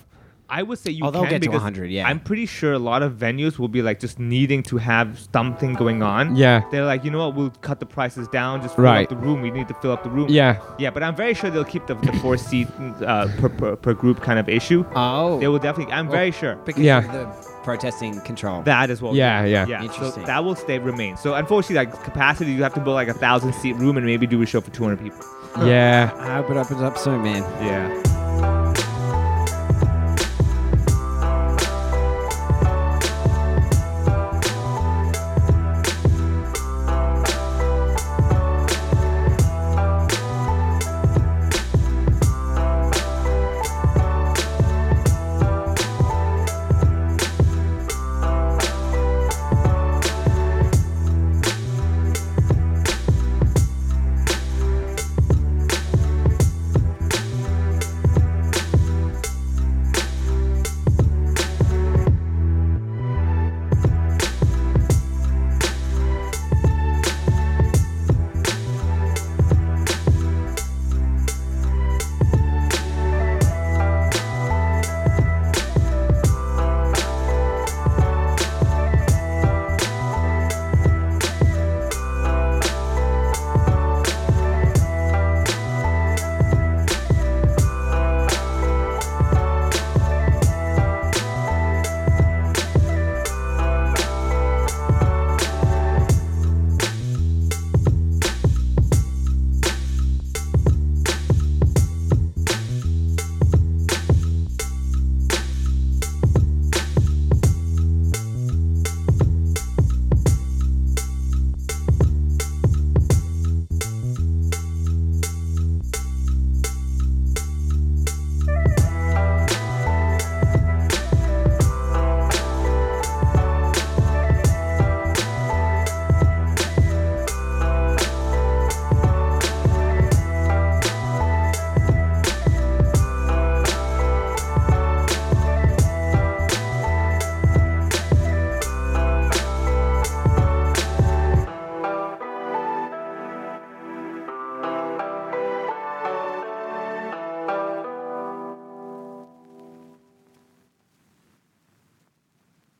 D: I would say you
C: Oh, they'll
D: can
C: get to
D: because
C: 100, yeah.
D: I'm pretty sure a lot of venues will be like just needing to have something going on.
E: Yeah.
D: They're like, you know what? We'll cut the prices down. Just fill
E: Right.
D: up the room. We need to fill up the room.
E: Yeah.
D: Yeah, but I'm very sure they'll keep the, the four seat uh, per, per, per group kind of issue.
C: Oh.
D: They will definitely. I'm very sure.
C: because
E: Yeah.
C: of the protesting control.
D: That as well.
E: Yeah, yeah.
D: yeah. So
C: Interesting.
D: that will stay remain. So unfortunately, like capacity, you have to build like a thousand seat room and maybe do a show for 200 people.
E: Yeah.
C: I hope it opens up soon, man.
D: Yeah.